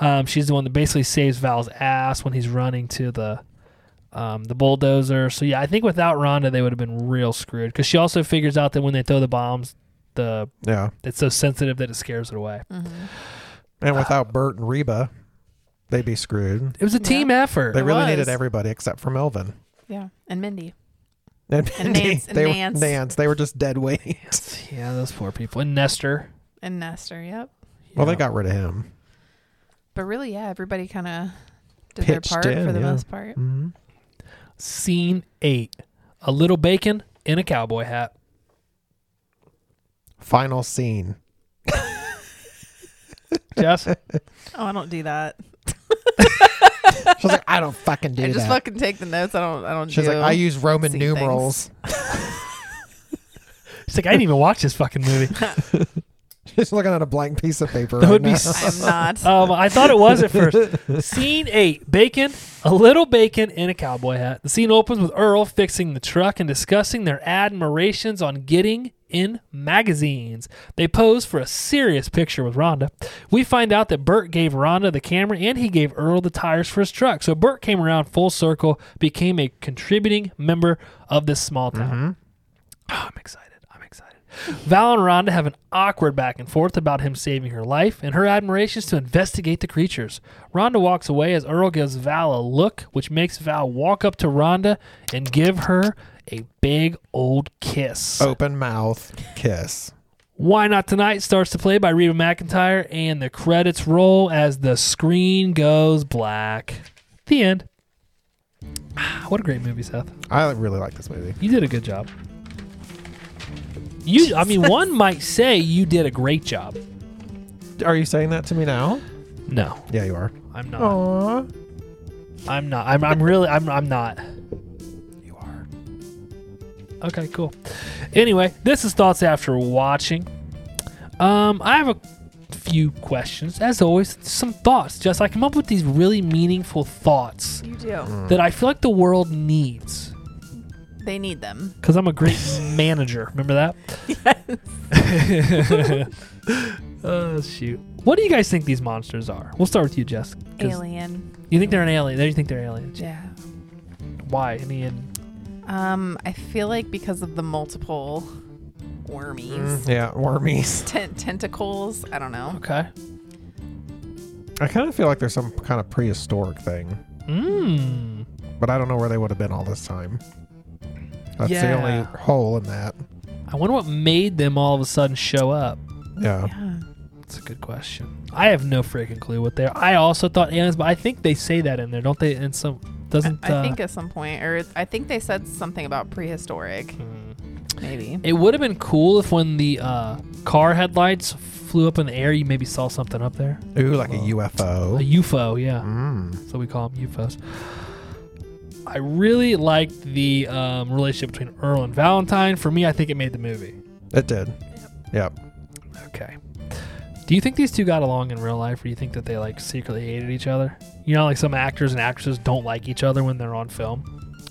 Speaker 1: Um, she's the one that basically saves Val's ass when he's running to the, um, the bulldozer. So yeah, I think without Rhonda, they would have been real screwed. Because she also figures out that when they throw the bombs, the
Speaker 2: Yeah.
Speaker 1: it's so sensitive that it scares it away.
Speaker 4: Mm-hmm.
Speaker 2: And without Bert and Reba, they'd be screwed.
Speaker 1: It was a team effort.
Speaker 2: They really
Speaker 4: was.
Speaker 2: needed everybody except for Melvin.
Speaker 4: Yeah, and Mindy.
Speaker 2: And,
Speaker 4: And
Speaker 2: Mindy.
Speaker 4: Nance, and
Speaker 2: they
Speaker 4: Nance.
Speaker 2: Were, Nance. They were just dead weight.
Speaker 1: yeah, those poor people. And Nestor.
Speaker 4: And Nestor, yep.
Speaker 2: Well,
Speaker 1: Yeah.
Speaker 2: they got rid of him.
Speaker 4: But really, yeah, everybody kind of did
Speaker 2: Pitched
Speaker 4: their part
Speaker 2: in,
Speaker 4: for the
Speaker 2: yeah.
Speaker 4: most part.
Speaker 2: hmm
Speaker 1: Scene eight: a little bacon in a cowboy hat.
Speaker 2: Final scene.
Speaker 1: Jess.
Speaker 4: Oh, I don't do that.
Speaker 2: She's like, I don't fucking do
Speaker 4: I just
Speaker 2: that.
Speaker 4: fucking take the notes. I don't. I don't.
Speaker 2: She's
Speaker 4: do
Speaker 2: like, I use Roman
Speaker 4: see
Speaker 2: numerals.
Speaker 1: She's like, I didn't even watch this fucking movie.
Speaker 2: She's looking at a blank piece of paper.
Speaker 1: That
Speaker 2: right
Speaker 1: would be
Speaker 2: now.
Speaker 1: s-
Speaker 4: I'm not.
Speaker 1: Um, I thought it was at first. scene eight: bacon, a little bacon in a cowboy hat. The scene opens with Earl fixing the truck and discussing their admirations on getting in magazines. They pose for a serious picture with Rhonda. We find out that Bert gave Rhonda the camera and he gave Earl the tires for his truck. So Bert came around full circle, became a contributing member of this small town. Oh, I'm excited. I'm excited. Val and Rhonda have an awkward back and forth about him saving her life and her admirations to investigate the creatures. Rhonda walks away as Earl gives Val a look, which makes Val walk up to Rhonda and give her a big old kiss.
Speaker 2: Open mouth kiss.
Speaker 1: Why Not Tonight starts to play by Reba McIntyre, and the credits roll as the screen goes black. The end. Ah, What a great movie, Seth.
Speaker 2: I really like this movie.
Speaker 1: You did a good job. You, I mean, one might say you did a great job.
Speaker 2: Are you saying that to me now?
Speaker 1: No,
Speaker 2: Yeah, you are.
Speaker 1: I'm not.
Speaker 2: Aww.
Speaker 1: I'm not. I'm, I'm really. I'm. I'm not. You are. Okay. Cool. Anyway, this is thoughts after watching. Um, I have a few questions. As always, some thoughts. Just I come up with these really meaningful thoughts
Speaker 4: You do.
Speaker 1: that I feel like the world needs.
Speaker 4: They need them.
Speaker 1: Because I'm a great manager. Remember that? Yes. oh, shoot. What do you guys think these monsters are? We'll start with you, Jess. 'cause
Speaker 4: Alien.
Speaker 1: You think they're an alien. You think they're aliens.
Speaker 4: Yeah.
Speaker 1: Why? Any and
Speaker 4: Um, I feel like because of the multiple wormies,
Speaker 2: Mm. Yeah, wormies.
Speaker 4: ten- tentacles. I don't know.
Speaker 1: Okay.
Speaker 2: I kind of feel like there's some kind of prehistoric thing,
Speaker 1: Mmm.
Speaker 2: but I don't know where they would have been all this time. That's the
Speaker 1: Yeah.
Speaker 2: only hole in that.
Speaker 1: I wonder what made them all of a sudden show up.
Speaker 2: Yeah.
Speaker 4: Yeah.
Speaker 1: That's a good question. I have no freaking clue what they're. I also thought aliens, but I think they say that in there, don't they? And some
Speaker 4: I,
Speaker 1: doesn't.
Speaker 4: I
Speaker 1: uh,
Speaker 4: think at some point, or it's- I think they said something about prehistoric,
Speaker 1: hmm.
Speaker 4: maybe.
Speaker 1: It would have been cool if when the uh, car headlights flew up in the air, you maybe saw something up there.
Speaker 2: Ooh, like a
Speaker 1: Whoa. A
Speaker 2: UFO.
Speaker 1: UFO, yeah.
Speaker 2: Mm.
Speaker 1: So we call them UFOs. I really liked the um, relationship between Earl and Valentine. For me, I think it made the movie.
Speaker 2: It did. Yep.
Speaker 1: Okay. Do you think these two got along in real life, or do you think that they like secretly hated each other? You know, like some actors and actresses don't like each other when they're on film.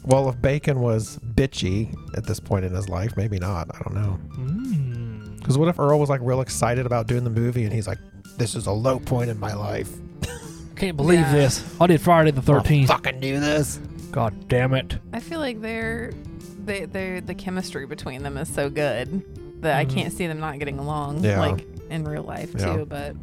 Speaker 2: Well, if Bacon was bitchy at this point in his life, maybe not. I don't know.
Speaker 1: Mm.
Speaker 2: Because what if Earl was like real excited about doing the movie and he's like, This is a low point in my life.
Speaker 1: Can't believe
Speaker 4: Yeah.
Speaker 1: this. I did Friday the
Speaker 2: I
Speaker 1: 13th.
Speaker 2: fucking knew this.
Speaker 1: God damn it.
Speaker 4: I feel like they're they they the chemistry between them is so good that
Speaker 1: Mm-hmm.
Speaker 4: I can't see them not getting along
Speaker 2: Yeah.
Speaker 4: like in real life
Speaker 2: Yeah.
Speaker 4: too. But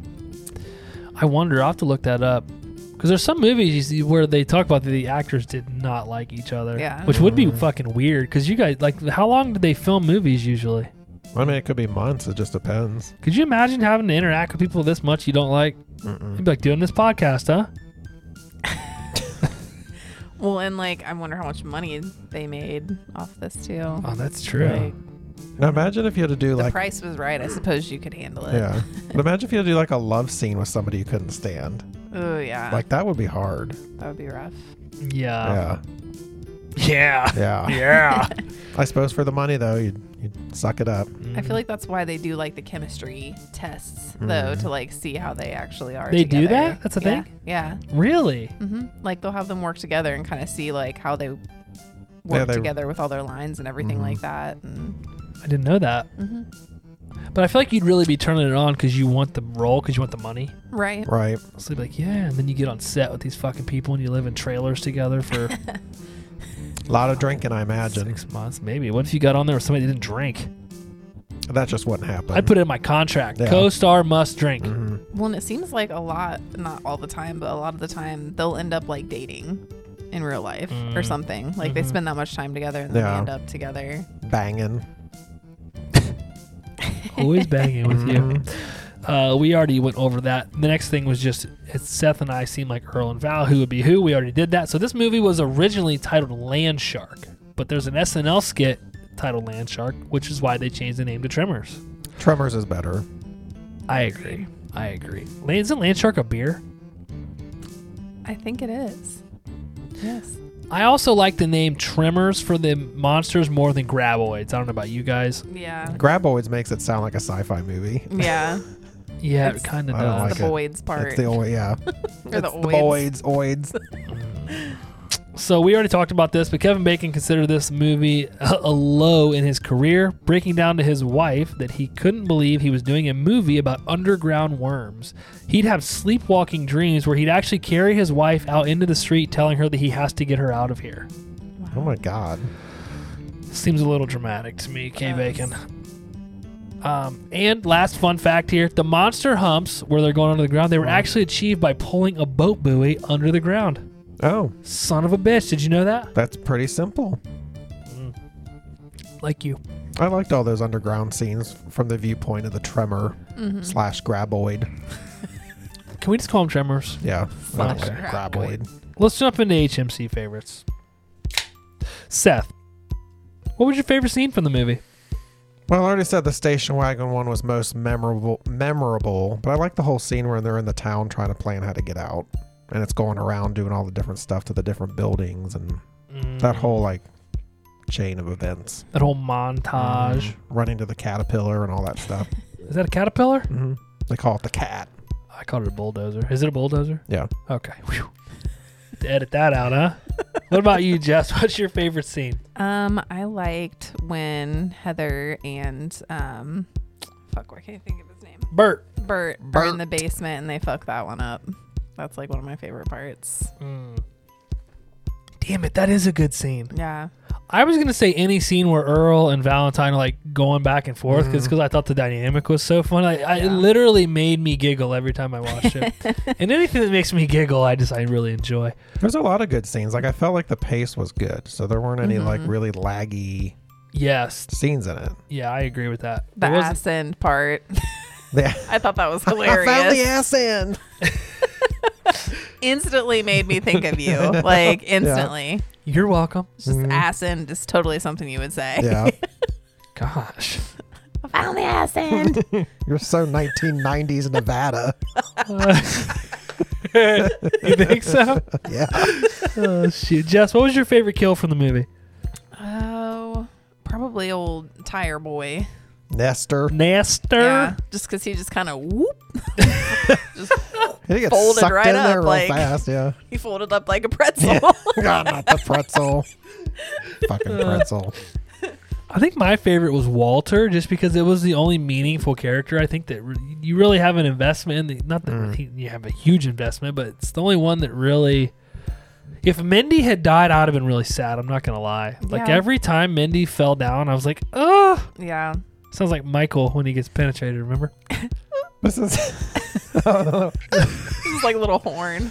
Speaker 1: I wonder. I'll have to look that up. Because there's some movies you see where they talk about that the actors did not like each other.
Speaker 4: Yeah.
Speaker 1: Which would be fucking weird. Because you guys, like, how long do they film movies usually?
Speaker 2: I mean, it could be months. It just depends.
Speaker 1: Could you imagine having to interact with people this much you don't like? You'd be like, doing this podcast, huh?
Speaker 4: well, and like I wonder how much money they made off this too.
Speaker 1: Oh, that's true.
Speaker 4: Like,
Speaker 2: Now imagine if you had to do
Speaker 4: the
Speaker 2: like
Speaker 4: price was right. I suppose you could handle it.
Speaker 2: yeah, but imagine if you had to do like a love scene with somebody you couldn't stand.
Speaker 4: Oh yeah.
Speaker 2: Like that would be hard.
Speaker 4: that would be rough.
Speaker 1: Yeah.
Speaker 2: Yeah,
Speaker 1: Uh, Yeah.
Speaker 2: yeah.
Speaker 1: Yeah.
Speaker 2: I suppose for the money though, you'd, you'd suck it up.
Speaker 4: I
Speaker 1: Mm-hmm.
Speaker 4: feel like that's why they do like the chemistry tests though to like see how they actually are.
Speaker 1: Mm-hmm. They do
Speaker 4: together.
Speaker 1: that? That's a
Speaker 4: Yeah.
Speaker 1: thing?
Speaker 4: Yeah.
Speaker 1: really?
Speaker 4: hmm Like they'll have them work together and kind of see like how they work
Speaker 2: they-
Speaker 4: together with all their lines and everything
Speaker 1: Mm-hmm.
Speaker 4: like that. And
Speaker 1: I didn't know that.
Speaker 4: Mm-hmm.
Speaker 1: But I feel like you'd really be turning it on because you want the role, because you want the money.
Speaker 4: right.
Speaker 2: Right.
Speaker 1: So you'd be like, yeah. And then you get on set with these fucking people and you live in trailers together for
Speaker 2: A lot of drinking, I imagine.
Speaker 1: six months, maybe. What if you got on there with somebody that didn't drink?
Speaker 2: That just wouldn't happen. Mm-hmm.
Speaker 1: I'd put it in my contract.
Speaker 2: Yeah.
Speaker 1: Co-star must drink.
Speaker 4: Well, and it seems like a lot, not all the time, but a lot of the time they'll end up like dating in real life or something. Like they spend that much time together and then
Speaker 2: Yeah.
Speaker 4: they end up together.
Speaker 2: banging.
Speaker 4: Mm-hmm.
Speaker 1: Always banging with you.
Speaker 2: Mm-hmm.
Speaker 1: Uh, we already went over that. The next thing was just it's Seth and I seem like Earl and Val. Who would be who? We already did that. So this movie was originally titled Land Shark, but there's an SNL skit titled Land Shark, which is why they changed the name to Tremors.
Speaker 2: Tremors is better.
Speaker 1: I agree. I agree. Land- Isn't Land Shark a beer?
Speaker 4: I think it is. Yes.
Speaker 1: I also like the name Tremors for the monsters more than Graboids. I don't know about you guys.
Speaker 4: Yeah.
Speaker 2: Graboids makes it sound like a sci-fi movie.
Speaker 4: Yeah.
Speaker 1: Yeah,
Speaker 4: It's-
Speaker 1: it kind of
Speaker 2: I don't
Speaker 1: does.
Speaker 2: like
Speaker 4: the
Speaker 2: it.
Speaker 4: voids part.
Speaker 2: It's the oid, yeah.
Speaker 4: or the,
Speaker 2: It's the
Speaker 4: oids.
Speaker 2: oids, oids.
Speaker 1: So we already talked about this, but Kevin Bacon considered this movie a, a low in his career, breaking down to his wife that he couldn't believe he was doing a movie about underground worms. He'd have sleepwalking dreams where he'd actually carry his wife out into the street, telling her that he has to get her out of here.
Speaker 2: Oh my god.
Speaker 1: Seems a little dramatic to me, K Bacon. Um, and last fun fact here: the monster humps where they're going under the ground, they were actually achieved by pulling a boat buoy under the ground.
Speaker 2: Oh,
Speaker 1: Son of a bitch! Did you know that?
Speaker 2: that's pretty simple.
Speaker 1: Like you.
Speaker 2: I liked all those underground scenes from the viewpoint of the tremor
Speaker 1: Mm-hmm.
Speaker 2: slash graboid.
Speaker 1: Can we just call them tremors?
Speaker 2: Yeah.
Speaker 1: Slash
Speaker 2: Okay,
Speaker 4: graboid.
Speaker 1: Let's jump into HMC favorites. Seth, what was your favorite scene from the movie?
Speaker 2: Well, I already said the station wagon one was most memorable, memorable, but I like the whole scene where they're in the town trying to plan how to get out, and it's going around doing all the different stuff to the different buildings and that whole like chain of events, Mm-hmm.
Speaker 1: That whole montage.
Speaker 2: running to the caterpillar and all that stuff.
Speaker 1: Is that a caterpillar?
Speaker 2: hmm They call it the cat.
Speaker 1: I called it a bulldozer. Is it a bulldozer?
Speaker 2: Yeah.
Speaker 1: Okay. Whew. Edit that out, huh? what about you, Jess? What's your favorite scene?
Speaker 4: Um, I liked when Heather and um, fuck, why can't I think of his name?
Speaker 1: Bert.
Speaker 4: Bert, are in the basement and they fuck that one up. That's like one of my favorite parts.
Speaker 1: Damn it, that is a good scene.
Speaker 4: Yeah,
Speaker 1: I was gonna say any scene where Earl and Valentine are like going back and forth because I thought the dynamic was so fun. Like, I, It literally made me giggle every time I watched it. and anything that makes me giggle, I just I really enjoy.
Speaker 2: There's a lot of good scenes. Like I felt like the pace was good, so there weren't any like really laggy
Speaker 1: Yes,
Speaker 2: scenes in it.
Speaker 1: yeah, I agree with that.
Speaker 4: the
Speaker 1: It wasn't-
Speaker 4: ass end part.
Speaker 2: Yeah.
Speaker 4: I thought that was
Speaker 2: I
Speaker 4: hilarious.
Speaker 2: found the ass end.
Speaker 4: Instantly made me think of you. Like instantly,
Speaker 1: You're welcome.
Speaker 4: It's just ass end is totally something you would say.
Speaker 2: Yeah.
Speaker 1: Gosh,
Speaker 3: Found the ass end.
Speaker 2: You're so 1990s Nevada.
Speaker 1: you think so?
Speaker 2: Yeah.
Speaker 1: Oh shoot, Jess, what was your favorite kill from the movie?
Speaker 4: Oh, probably old tire boy.
Speaker 2: Nestor.
Speaker 1: Naster.
Speaker 4: Yeah, just because he just kind of whoop, just
Speaker 2: He gets
Speaker 4: Folded
Speaker 2: sucked
Speaker 4: right
Speaker 2: in
Speaker 4: up,
Speaker 2: there real
Speaker 4: like-
Speaker 2: fast. Yeah.
Speaker 4: he folded up like a pretzel.
Speaker 2: God, not the pretzel. Fucking pretzel.
Speaker 1: I think my favorite was Walter, just because it was the only meaningful character. I think that re- you really have an investment. In the, not that he- you have a huge investment, but it's the only one that really. If Mindy had died, I'd have been really sad. I'm not gonna lie. Like
Speaker 4: Yeah.
Speaker 1: every time Mindy fell down, I was like, "Ugh."
Speaker 4: Yeah.
Speaker 1: Sounds like Michael when he gets penetrated. Remember?
Speaker 2: This is.
Speaker 4: This is like a little horn.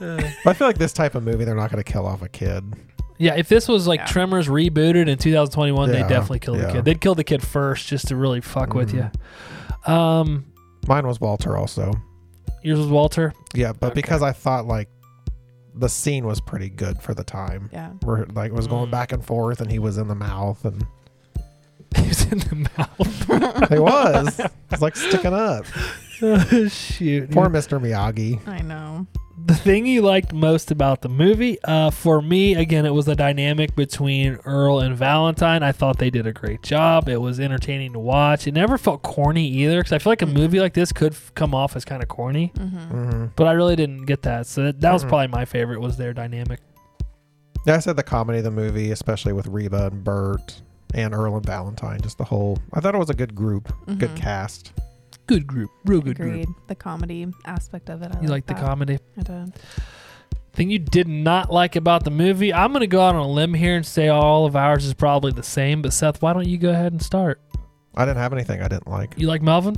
Speaker 2: I feel like this type of movie, they're not going to kill off a kid.
Speaker 1: Yeah. If this was like
Speaker 4: Yeah.
Speaker 1: Tremors rebooted in 2021, they
Speaker 2: Yeah,
Speaker 1: definitely kill the
Speaker 2: yeah.
Speaker 1: kid. They'd kill the kid first just to really fuck with you.
Speaker 2: Mm-hmm.
Speaker 1: Um,
Speaker 2: Mine was Walter also.
Speaker 1: yours was Walter.
Speaker 2: Yeah, but
Speaker 4: Okay.
Speaker 2: because I thought like the scene was pretty good for the time.
Speaker 4: Yeah.
Speaker 2: Where like it was going
Speaker 4: Mm.
Speaker 2: back and forth and he was in the mouth and
Speaker 1: he was in the mouth. Oh,
Speaker 2: he was. It's like sticking up.
Speaker 1: Shoot.
Speaker 2: Poor Mr. Miyagi.
Speaker 4: I know.
Speaker 1: the thing you liked most about the movie, uh, for me, again, it was the dynamic between Earl and Valentine. I thought they did a great job. It was entertaining to watch. It never felt corny either, because I feel like a movie like this could f- come off as kind of corny.
Speaker 4: Mm-hmm.
Speaker 2: hmm
Speaker 1: But I really didn't get that. So that, that was probably my favorite was their dynamic.
Speaker 2: Yeah, I said the comedy of the movie, especially with Reba and Bert and Earl and Valentine, just the whole I thought it was a good group, Mm, good cast.
Speaker 1: Good group, real good
Speaker 4: Mm-hmm. Agreed.
Speaker 1: group.
Speaker 4: The comedy aspect of it. I
Speaker 1: You like the
Speaker 4: that.
Speaker 1: comedy?
Speaker 4: I did.
Speaker 1: thing you did not like about the movie. I'm going to go out on a limb here and say all of ours is probably the same. But Seth, why don't you go ahead and start?
Speaker 2: I didn't have anything I didn't like.
Speaker 1: You like Melvin?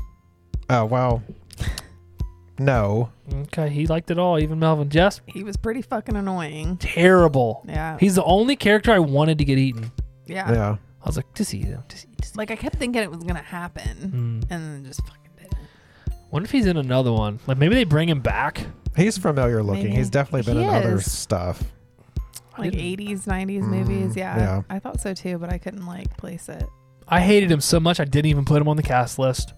Speaker 2: Oh wow. No.
Speaker 1: Okay, he liked it all, even Melvin. Jess,
Speaker 4: He was pretty fucking annoying.
Speaker 1: terrible.
Speaker 4: Yeah.
Speaker 1: He's the only character I wanted to get eaten.
Speaker 4: yeah.
Speaker 2: Yeah.
Speaker 1: I was like, just eat him. Just eat. Just eat.
Speaker 4: Like I kept thinking it was gonna happen,
Speaker 1: Hmm.
Speaker 4: and then just fucking didn't.
Speaker 1: Wonder if he's in another one. Like maybe they bring him back.
Speaker 2: He's familiar looking.
Speaker 4: Maybe.
Speaker 2: He's definitely
Speaker 4: He
Speaker 2: been in other
Speaker 4: is.
Speaker 2: stuff.
Speaker 4: Like
Speaker 1: didn't-
Speaker 4: 80s, 90s movies.
Speaker 2: Mm,
Speaker 4: Yeah,
Speaker 2: yeah.
Speaker 4: I thought so too, but I couldn't like place it.
Speaker 1: I hated him so much I didn't even put him on the cast list.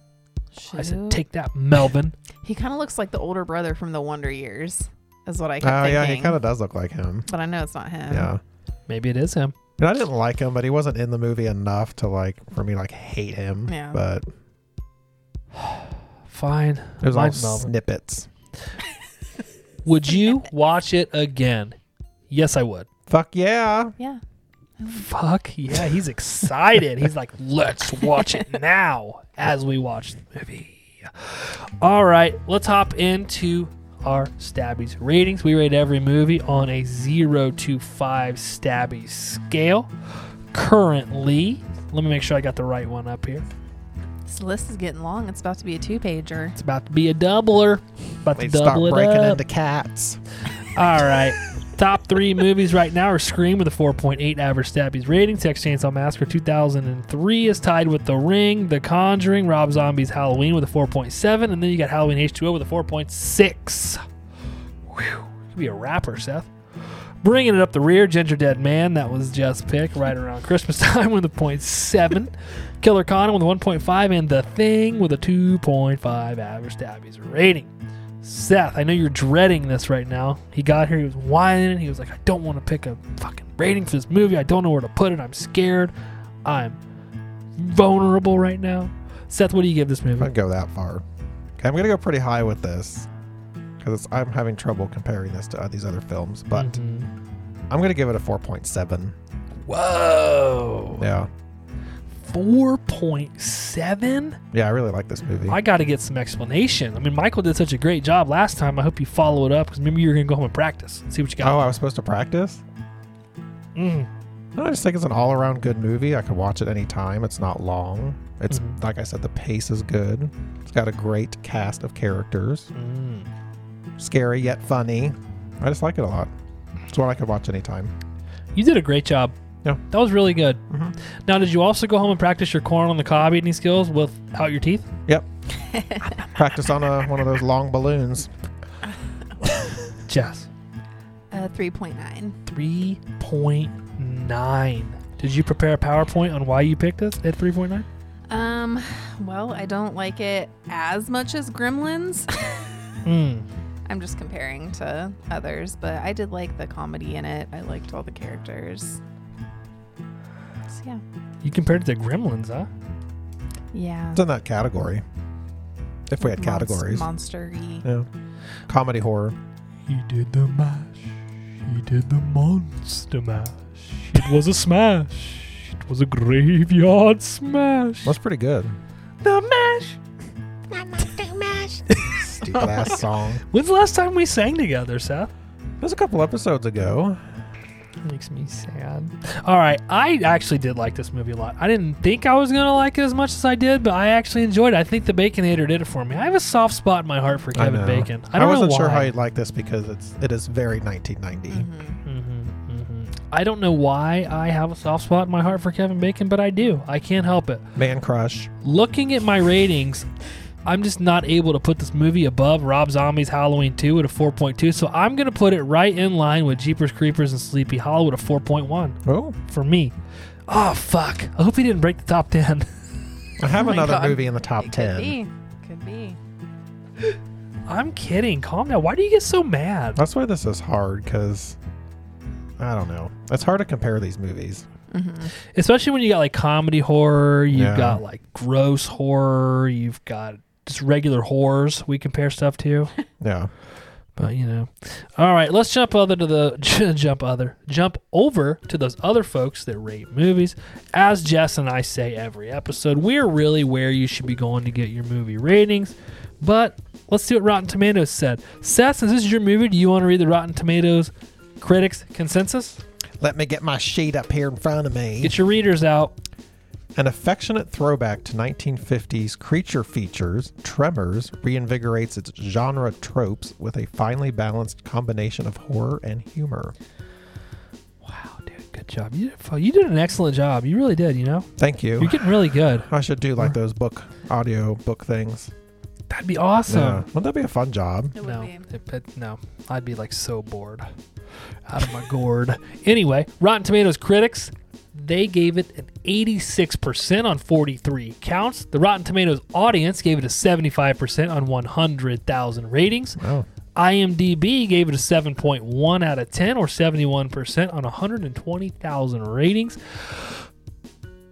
Speaker 1: I said,
Speaker 4: Shoot.
Speaker 1: take that, Melvin.
Speaker 4: He kind of looks like the older brother from the Wonder Years, is what I
Speaker 2: Oh
Speaker 4: kept thinking. Oh.
Speaker 2: yeah, he kinda does look like him.
Speaker 4: but I know it's not him.
Speaker 2: Yeah.
Speaker 1: Maybe it is him.
Speaker 2: And I didn't like him, but he wasn't in the movie enough to like for me like hate him.
Speaker 4: Yeah.
Speaker 2: But
Speaker 1: Fine.
Speaker 2: it was all
Speaker 1: Mine's Melvin.
Speaker 2: snippets.
Speaker 1: Would you watch it again? Yes, I would.
Speaker 2: Fuck yeah.
Speaker 4: Yeah.
Speaker 1: Fuck yeah, he's excited. he's like, let's watch it now as we watch the movie. All right, let's hop into our Stabbies ratings. We rate every movie on a 0 to 5 Stabby scale. Currently, let me make sure I got the right one up here.
Speaker 4: This list is getting long. It's about to be a two pager.
Speaker 1: It's about to be a doubler. About
Speaker 2: They
Speaker 1: to
Speaker 2: start
Speaker 1: double it
Speaker 2: breaking
Speaker 1: up.
Speaker 2: into cats.
Speaker 1: All right. Top three movies right now are Scream with a 4.8 average Stabby's rating. Sex Chainsaw Massacre 2003 is tied with The Ring, The Conjuring, Rob Zombie's Halloween with a 4.7, and then you got Halloween H2O with a 4.6. Whew. Could be a rapper, Seth. Bringing it up the rear, Ginger Dead Man, that was Jeff's pick right around Christmas time with a 0.7. Killer Connor with a 1.5, and The Thing with a 2.5 average Stabby's rating. Seth, I know you're dreading this right now. He got here, he was whining, he was like, I don't want to pick a fucking rating for this movie. I don't know where to put it. I'm scared. I'm vulnerable right now. Seth, what do you give this
Speaker 2: If I
Speaker 1: movie?
Speaker 2: go that far. Okay, I'm gonna go pretty high with this because I'm having trouble comparing this to uh, these other films. But
Speaker 1: Mhm.
Speaker 2: I'm gonna give it a 4.7.
Speaker 1: Whoa.
Speaker 2: Yeah.
Speaker 1: 4.7?
Speaker 2: Yeah, I really like this movie.
Speaker 1: I got to get some explanation. I mean, Michael did such a great job last time. I hope you follow it up because maybe you're going to go home and practice and see what you
Speaker 2: oh,
Speaker 1: got.
Speaker 2: I was supposed to practice.
Speaker 1: Mm.
Speaker 2: No, I just think it's an all-around good movie. I could watch it anytime. It's not long. It's
Speaker 1: Mhm.
Speaker 2: like I said, the pace is good. It's got a great cast of characters.
Speaker 1: Mm.
Speaker 2: Scary yet funny. I just like it a lot. It's one I could watch anytime.
Speaker 1: You did a great job.
Speaker 2: Yeah.
Speaker 1: That was really good.
Speaker 2: Mhm.
Speaker 1: Now, did you also go home and practice your corn on the cob eating skills without your teeth?
Speaker 2: Yep. Practice on a, one of those long balloons.
Speaker 1: Jess.
Speaker 4: Uh, 3.9.
Speaker 1: 3.9. Did you prepare a PowerPoint on why you picked this at 3.9?
Speaker 4: Um, well, I don't like it as much as Gremlins.
Speaker 1: Mm.
Speaker 4: I'm just comparing to others, but I did like the comedy in it. I liked all the characters. So yeah.
Speaker 1: You compared it to Gremlins, huh?
Speaker 4: Yeah.
Speaker 2: It's in that category. If we had categories.
Speaker 4: Monster y.
Speaker 2: Yeah. Comedy horror.
Speaker 1: He did the mash. He did the monster mash. It was a smash. It was a graveyard smash.
Speaker 2: That's pretty good.
Speaker 1: The mash.
Speaker 3: Not my thing, mash.
Speaker 2: Stupid ass song.
Speaker 1: When's the last time we sang together, Seth?
Speaker 2: It was a couple episodes ago.
Speaker 5: Makes me sad.
Speaker 1: All right, I actually did like this movie a lot. I didn't think I was gonna like it as much as I did, but I actually enjoyed it. I think the Baconator did it for me. I have a soft spot in my heart for Kevin
Speaker 2: know.
Speaker 1: Bacon. I don't know why.
Speaker 2: wasn't
Speaker 1: Mm-hmm.
Speaker 2: sure how you'd like this because it's it is very 1990.
Speaker 1: I don't know why I have a soft spot in my heart for Kevin Bacon, but I do. I can't help it.
Speaker 2: Man crush.
Speaker 1: Looking at my ratings, I'm just not able to put this movie above Rob Zombie's Halloween 2 at a 4.2, so I'm gonna put it right in line with Jeepers Creepers and Sleepy Hollow at a 4.1
Speaker 2: Oh,
Speaker 1: for me. Oh fuck! I hope he didn't break the top 10.
Speaker 2: I have
Speaker 4: Oh my
Speaker 2: another
Speaker 4: God.
Speaker 2: movie in the top
Speaker 4: It could
Speaker 2: 10.
Speaker 4: be. Could be.
Speaker 1: I'm kidding. Calm down. Why do you get so mad?
Speaker 2: That's why this is hard because I don't know. It's hard to compare these movies.
Speaker 1: Especially when you got like comedy horror, you've
Speaker 2: Yeah.
Speaker 1: got like gross horror, you've got just regular horrors we compare stuff to.
Speaker 2: Yeah.
Speaker 1: But you know, all right, let's jump other to the jump other jump over to those other folks that rate movies. As Jess and I say every episode, we're really where you should be going to get your movie ratings. But let's see what Rotten Tomatoes said. Seth, since this is your movie, do you want to read the Rotten Tomatoes critics consensus?
Speaker 2: Let me get my sheet up here in front of me.
Speaker 1: Get your readers out.
Speaker 2: An affectionate throwback to 1950s creature features, Tremors reinvigorates its genre tropes with a finely balanced combination of horror and humor.
Speaker 1: Wow, dude, good job. You did, fu- you did an excellent job. You really did. You know,
Speaker 2: Thank you.
Speaker 1: you're getting really good.
Speaker 2: I should do like those book audio book things.
Speaker 1: That'd be awesome.
Speaker 2: yeah. Wouldn't that be a fun job?
Speaker 4: It would
Speaker 1: No,
Speaker 4: be.
Speaker 1: it- it- no, I'd be like so bored, out of my gourd. Anyway, Rotten Tomatoes critics, they gave it an 86% on 43 counts. The Rotten Tomatoes audience gave it a 75% on 100,000 ratings.
Speaker 2: Wow.
Speaker 1: IMDb gave it a 7.1 out of 10, or 71% on 120,000 ratings.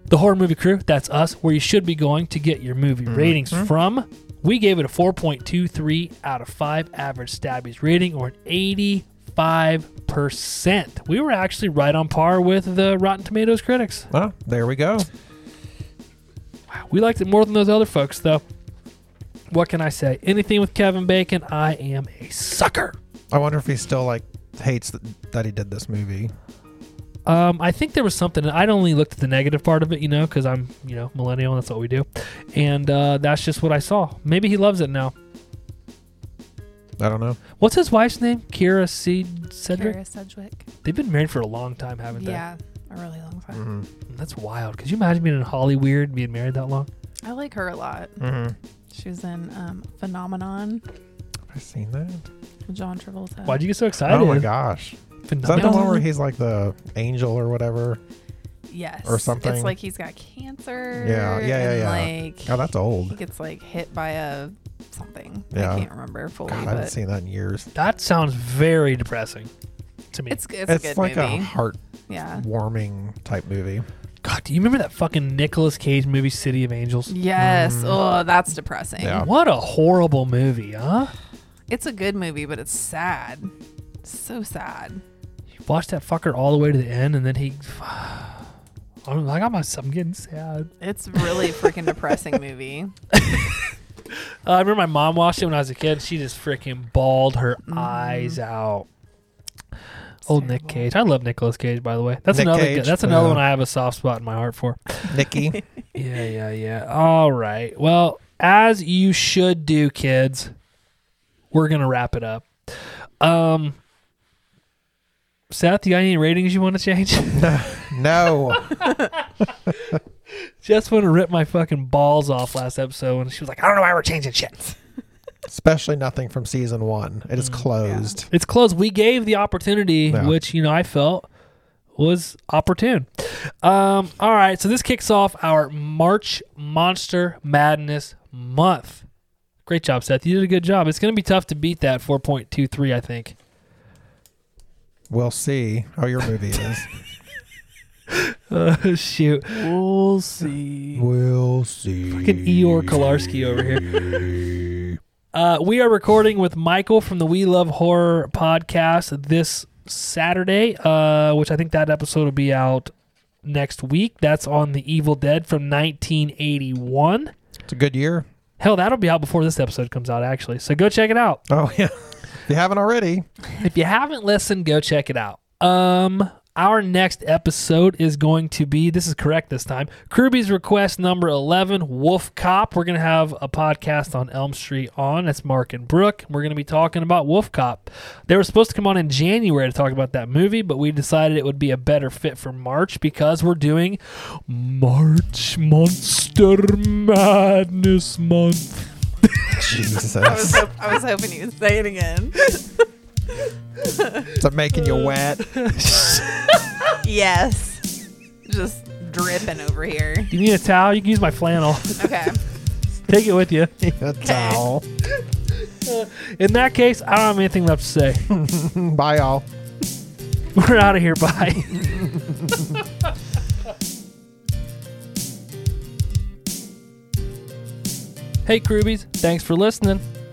Speaker 1: The Horror Movie Crew, that's us, where you should be going to get your movie ratings from. We gave it a 4.23 out of 5 average Stabbies rating, or an 85%. We were actually right on par with the Rotten Tomatoes critics.
Speaker 2: Well, there we go.
Speaker 1: We liked it more than those other folks, though. What can I say? Anything with Kevin Bacon, I am a sucker.
Speaker 2: I wonder if he still like hates th- that he did this movie.
Speaker 1: Um, I think there was something. I'd only looked at the negative part of it, you know, because I'm, you know, millennial. And that's what we do, and uh, that's just what I saw. Maybe he loves it now.
Speaker 2: I don't know.
Speaker 1: What's his wife's name? Kira C. Cedric.
Speaker 4: Kara Sedgwick.
Speaker 1: They've been married for a long time, haven't
Speaker 4: Yeah, a really long time.
Speaker 2: Mm-hmm.
Speaker 1: they? That's wild. Could you imagine being in Holly Weird being married that long?
Speaker 4: I like her a lot.
Speaker 2: Mm-hmm.
Speaker 4: She was in um, Phenomenon
Speaker 2: I seen that.
Speaker 4: with John Travolta.
Speaker 1: Why'd you get so excited?
Speaker 2: Oh my gosh! Is that the one where
Speaker 1: Phenomenon.
Speaker 2: he's like the angel or whatever?
Speaker 4: Yes.
Speaker 2: Or something.
Speaker 4: It's like he's got cancer.
Speaker 2: Yeah, yeah, yeah,
Speaker 4: and, Like
Speaker 2: yeah. Oh, that's
Speaker 4: he
Speaker 2: old.
Speaker 4: gets like hit by a something.
Speaker 2: Yeah.
Speaker 4: I can't remember fully,
Speaker 2: God, I haven't
Speaker 4: but
Speaker 2: seen that in years.
Speaker 1: That sounds very depressing to me.
Speaker 4: it's it's,
Speaker 2: It's,
Speaker 4: a good
Speaker 2: like a
Speaker 4: movie.
Speaker 2: heart
Speaker 4: yeah.
Speaker 2: warming type movie.
Speaker 1: God, do you remember that fucking Nicolas Cage movie, City of Angels?
Speaker 4: Yes.
Speaker 1: Mm.
Speaker 4: Oh, that's depressing.
Speaker 2: Yeah.
Speaker 1: What a horrible movie, huh?
Speaker 4: It's a good movie, but it's sad. So sad.
Speaker 1: watch that fucker all the way to the end, and then he. I'm like, I'm, I'm getting sad.
Speaker 4: It's really freaking depressing movie.
Speaker 1: Uh, I remember my mom watched it when I was a kid. She just freaking bawled her
Speaker 2: Mm.
Speaker 1: eyes out. Old Nick
Speaker 4: terrible.
Speaker 1: Cage. I love Nicolas Cage, by the way. That's
Speaker 2: Nick
Speaker 1: another. good-
Speaker 2: Cage, uh,
Speaker 1: that's another
Speaker 2: yeah.
Speaker 1: one I have a soft spot in my heart for.
Speaker 2: Nikki,
Speaker 1: yeah, yeah, yeah. All right. Well, as you should do, kids. We're gonna wrap it up. Um, Seth, you got any ratings you want to change?
Speaker 2: no.
Speaker 1: Just want to rip my fucking balls off last episode when she was like, I don't know why we're changing shit.
Speaker 2: Especially nothing from season one. It
Speaker 4: Mm,
Speaker 2: is closed.
Speaker 1: It's close. We gave the opportunity,
Speaker 2: Yeah.
Speaker 1: which, you know, I felt was opportune. Um, all right. So this kicks off our March Monster Madness month. Great job, Seth. You did a good job. It's going to be tough to beat that 4.23, I think.
Speaker 2: We'll see how your movie is.
Speaker 1: Uh, shoot.
Speaker 5: We'll see.
Speaker 2: we'll see.
Speaker 1: Fucking Eeyore Kolarski over here. Uh, we are recording with Michael from the We Love Horror podcast this Saturday, uh, which I think that episode will be out next week. That's on The Evil Dead from 1981.
Speaker 2: It's a good year.
Speaker 1: Hell, that'll be out before this episode comes out, actually. So go check it out.
Speaker 2: Oh yeah. If you haven't already,
Speaker 1: if you haven't listened, go check it out. Um, our next episode is going to be this is correct this time. Kirby's request number eleven, Wolf Cop. We're gonna have a podcast on Elm Street on. That's Mark and Brooke. We're gonna be talking about Wolf Cop. They were supposed to come on in January to talk about that movie, but we decided it would be a better fit for March because we're doing March Monster Madness Month.
Speaker 4: I was,
Speaker 2: Jesus,
Speaker 4: hop- I was hoping you would say it again.
Speaker 2: it's making you wet.
Speaker 4: Yes. Just dripping over here.
Speaker 1: You need a towel? You can use my flannel.
Speaker 4: Okay.
Speaker 1: Take it with you.
Speaker 2: That's all.
Speaker 1: In that case, I don't have anything left to say.
Speaker 2: Bye, all.
Speaker 1: We're out of here. Bye. hey, Krubies. Thanks for listening.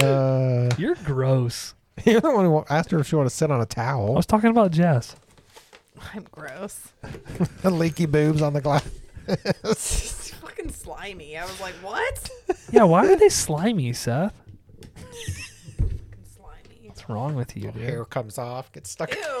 Speaker 2: Uh,
Speaker 1: You're gross.
Speaker 2: you're the one who asked her if she wanted to sit on a
Speaker 1: I
Speaker 2: towel.
Speaker 1: was talking about Jess.
Speaker 4: I'm gross.
Speaker 2: The leaky boobs on the glass.
Speaker 4: It's fucking slimy. I was like, what?
Speaker 1: Yeah, why are they slimy, Seth?
Speaker 4: Slimy.
Speaker 1: What's wrong with you, dude?
Speaker 2: Hair comes off, gets stuck.
Speaker 4: Ew.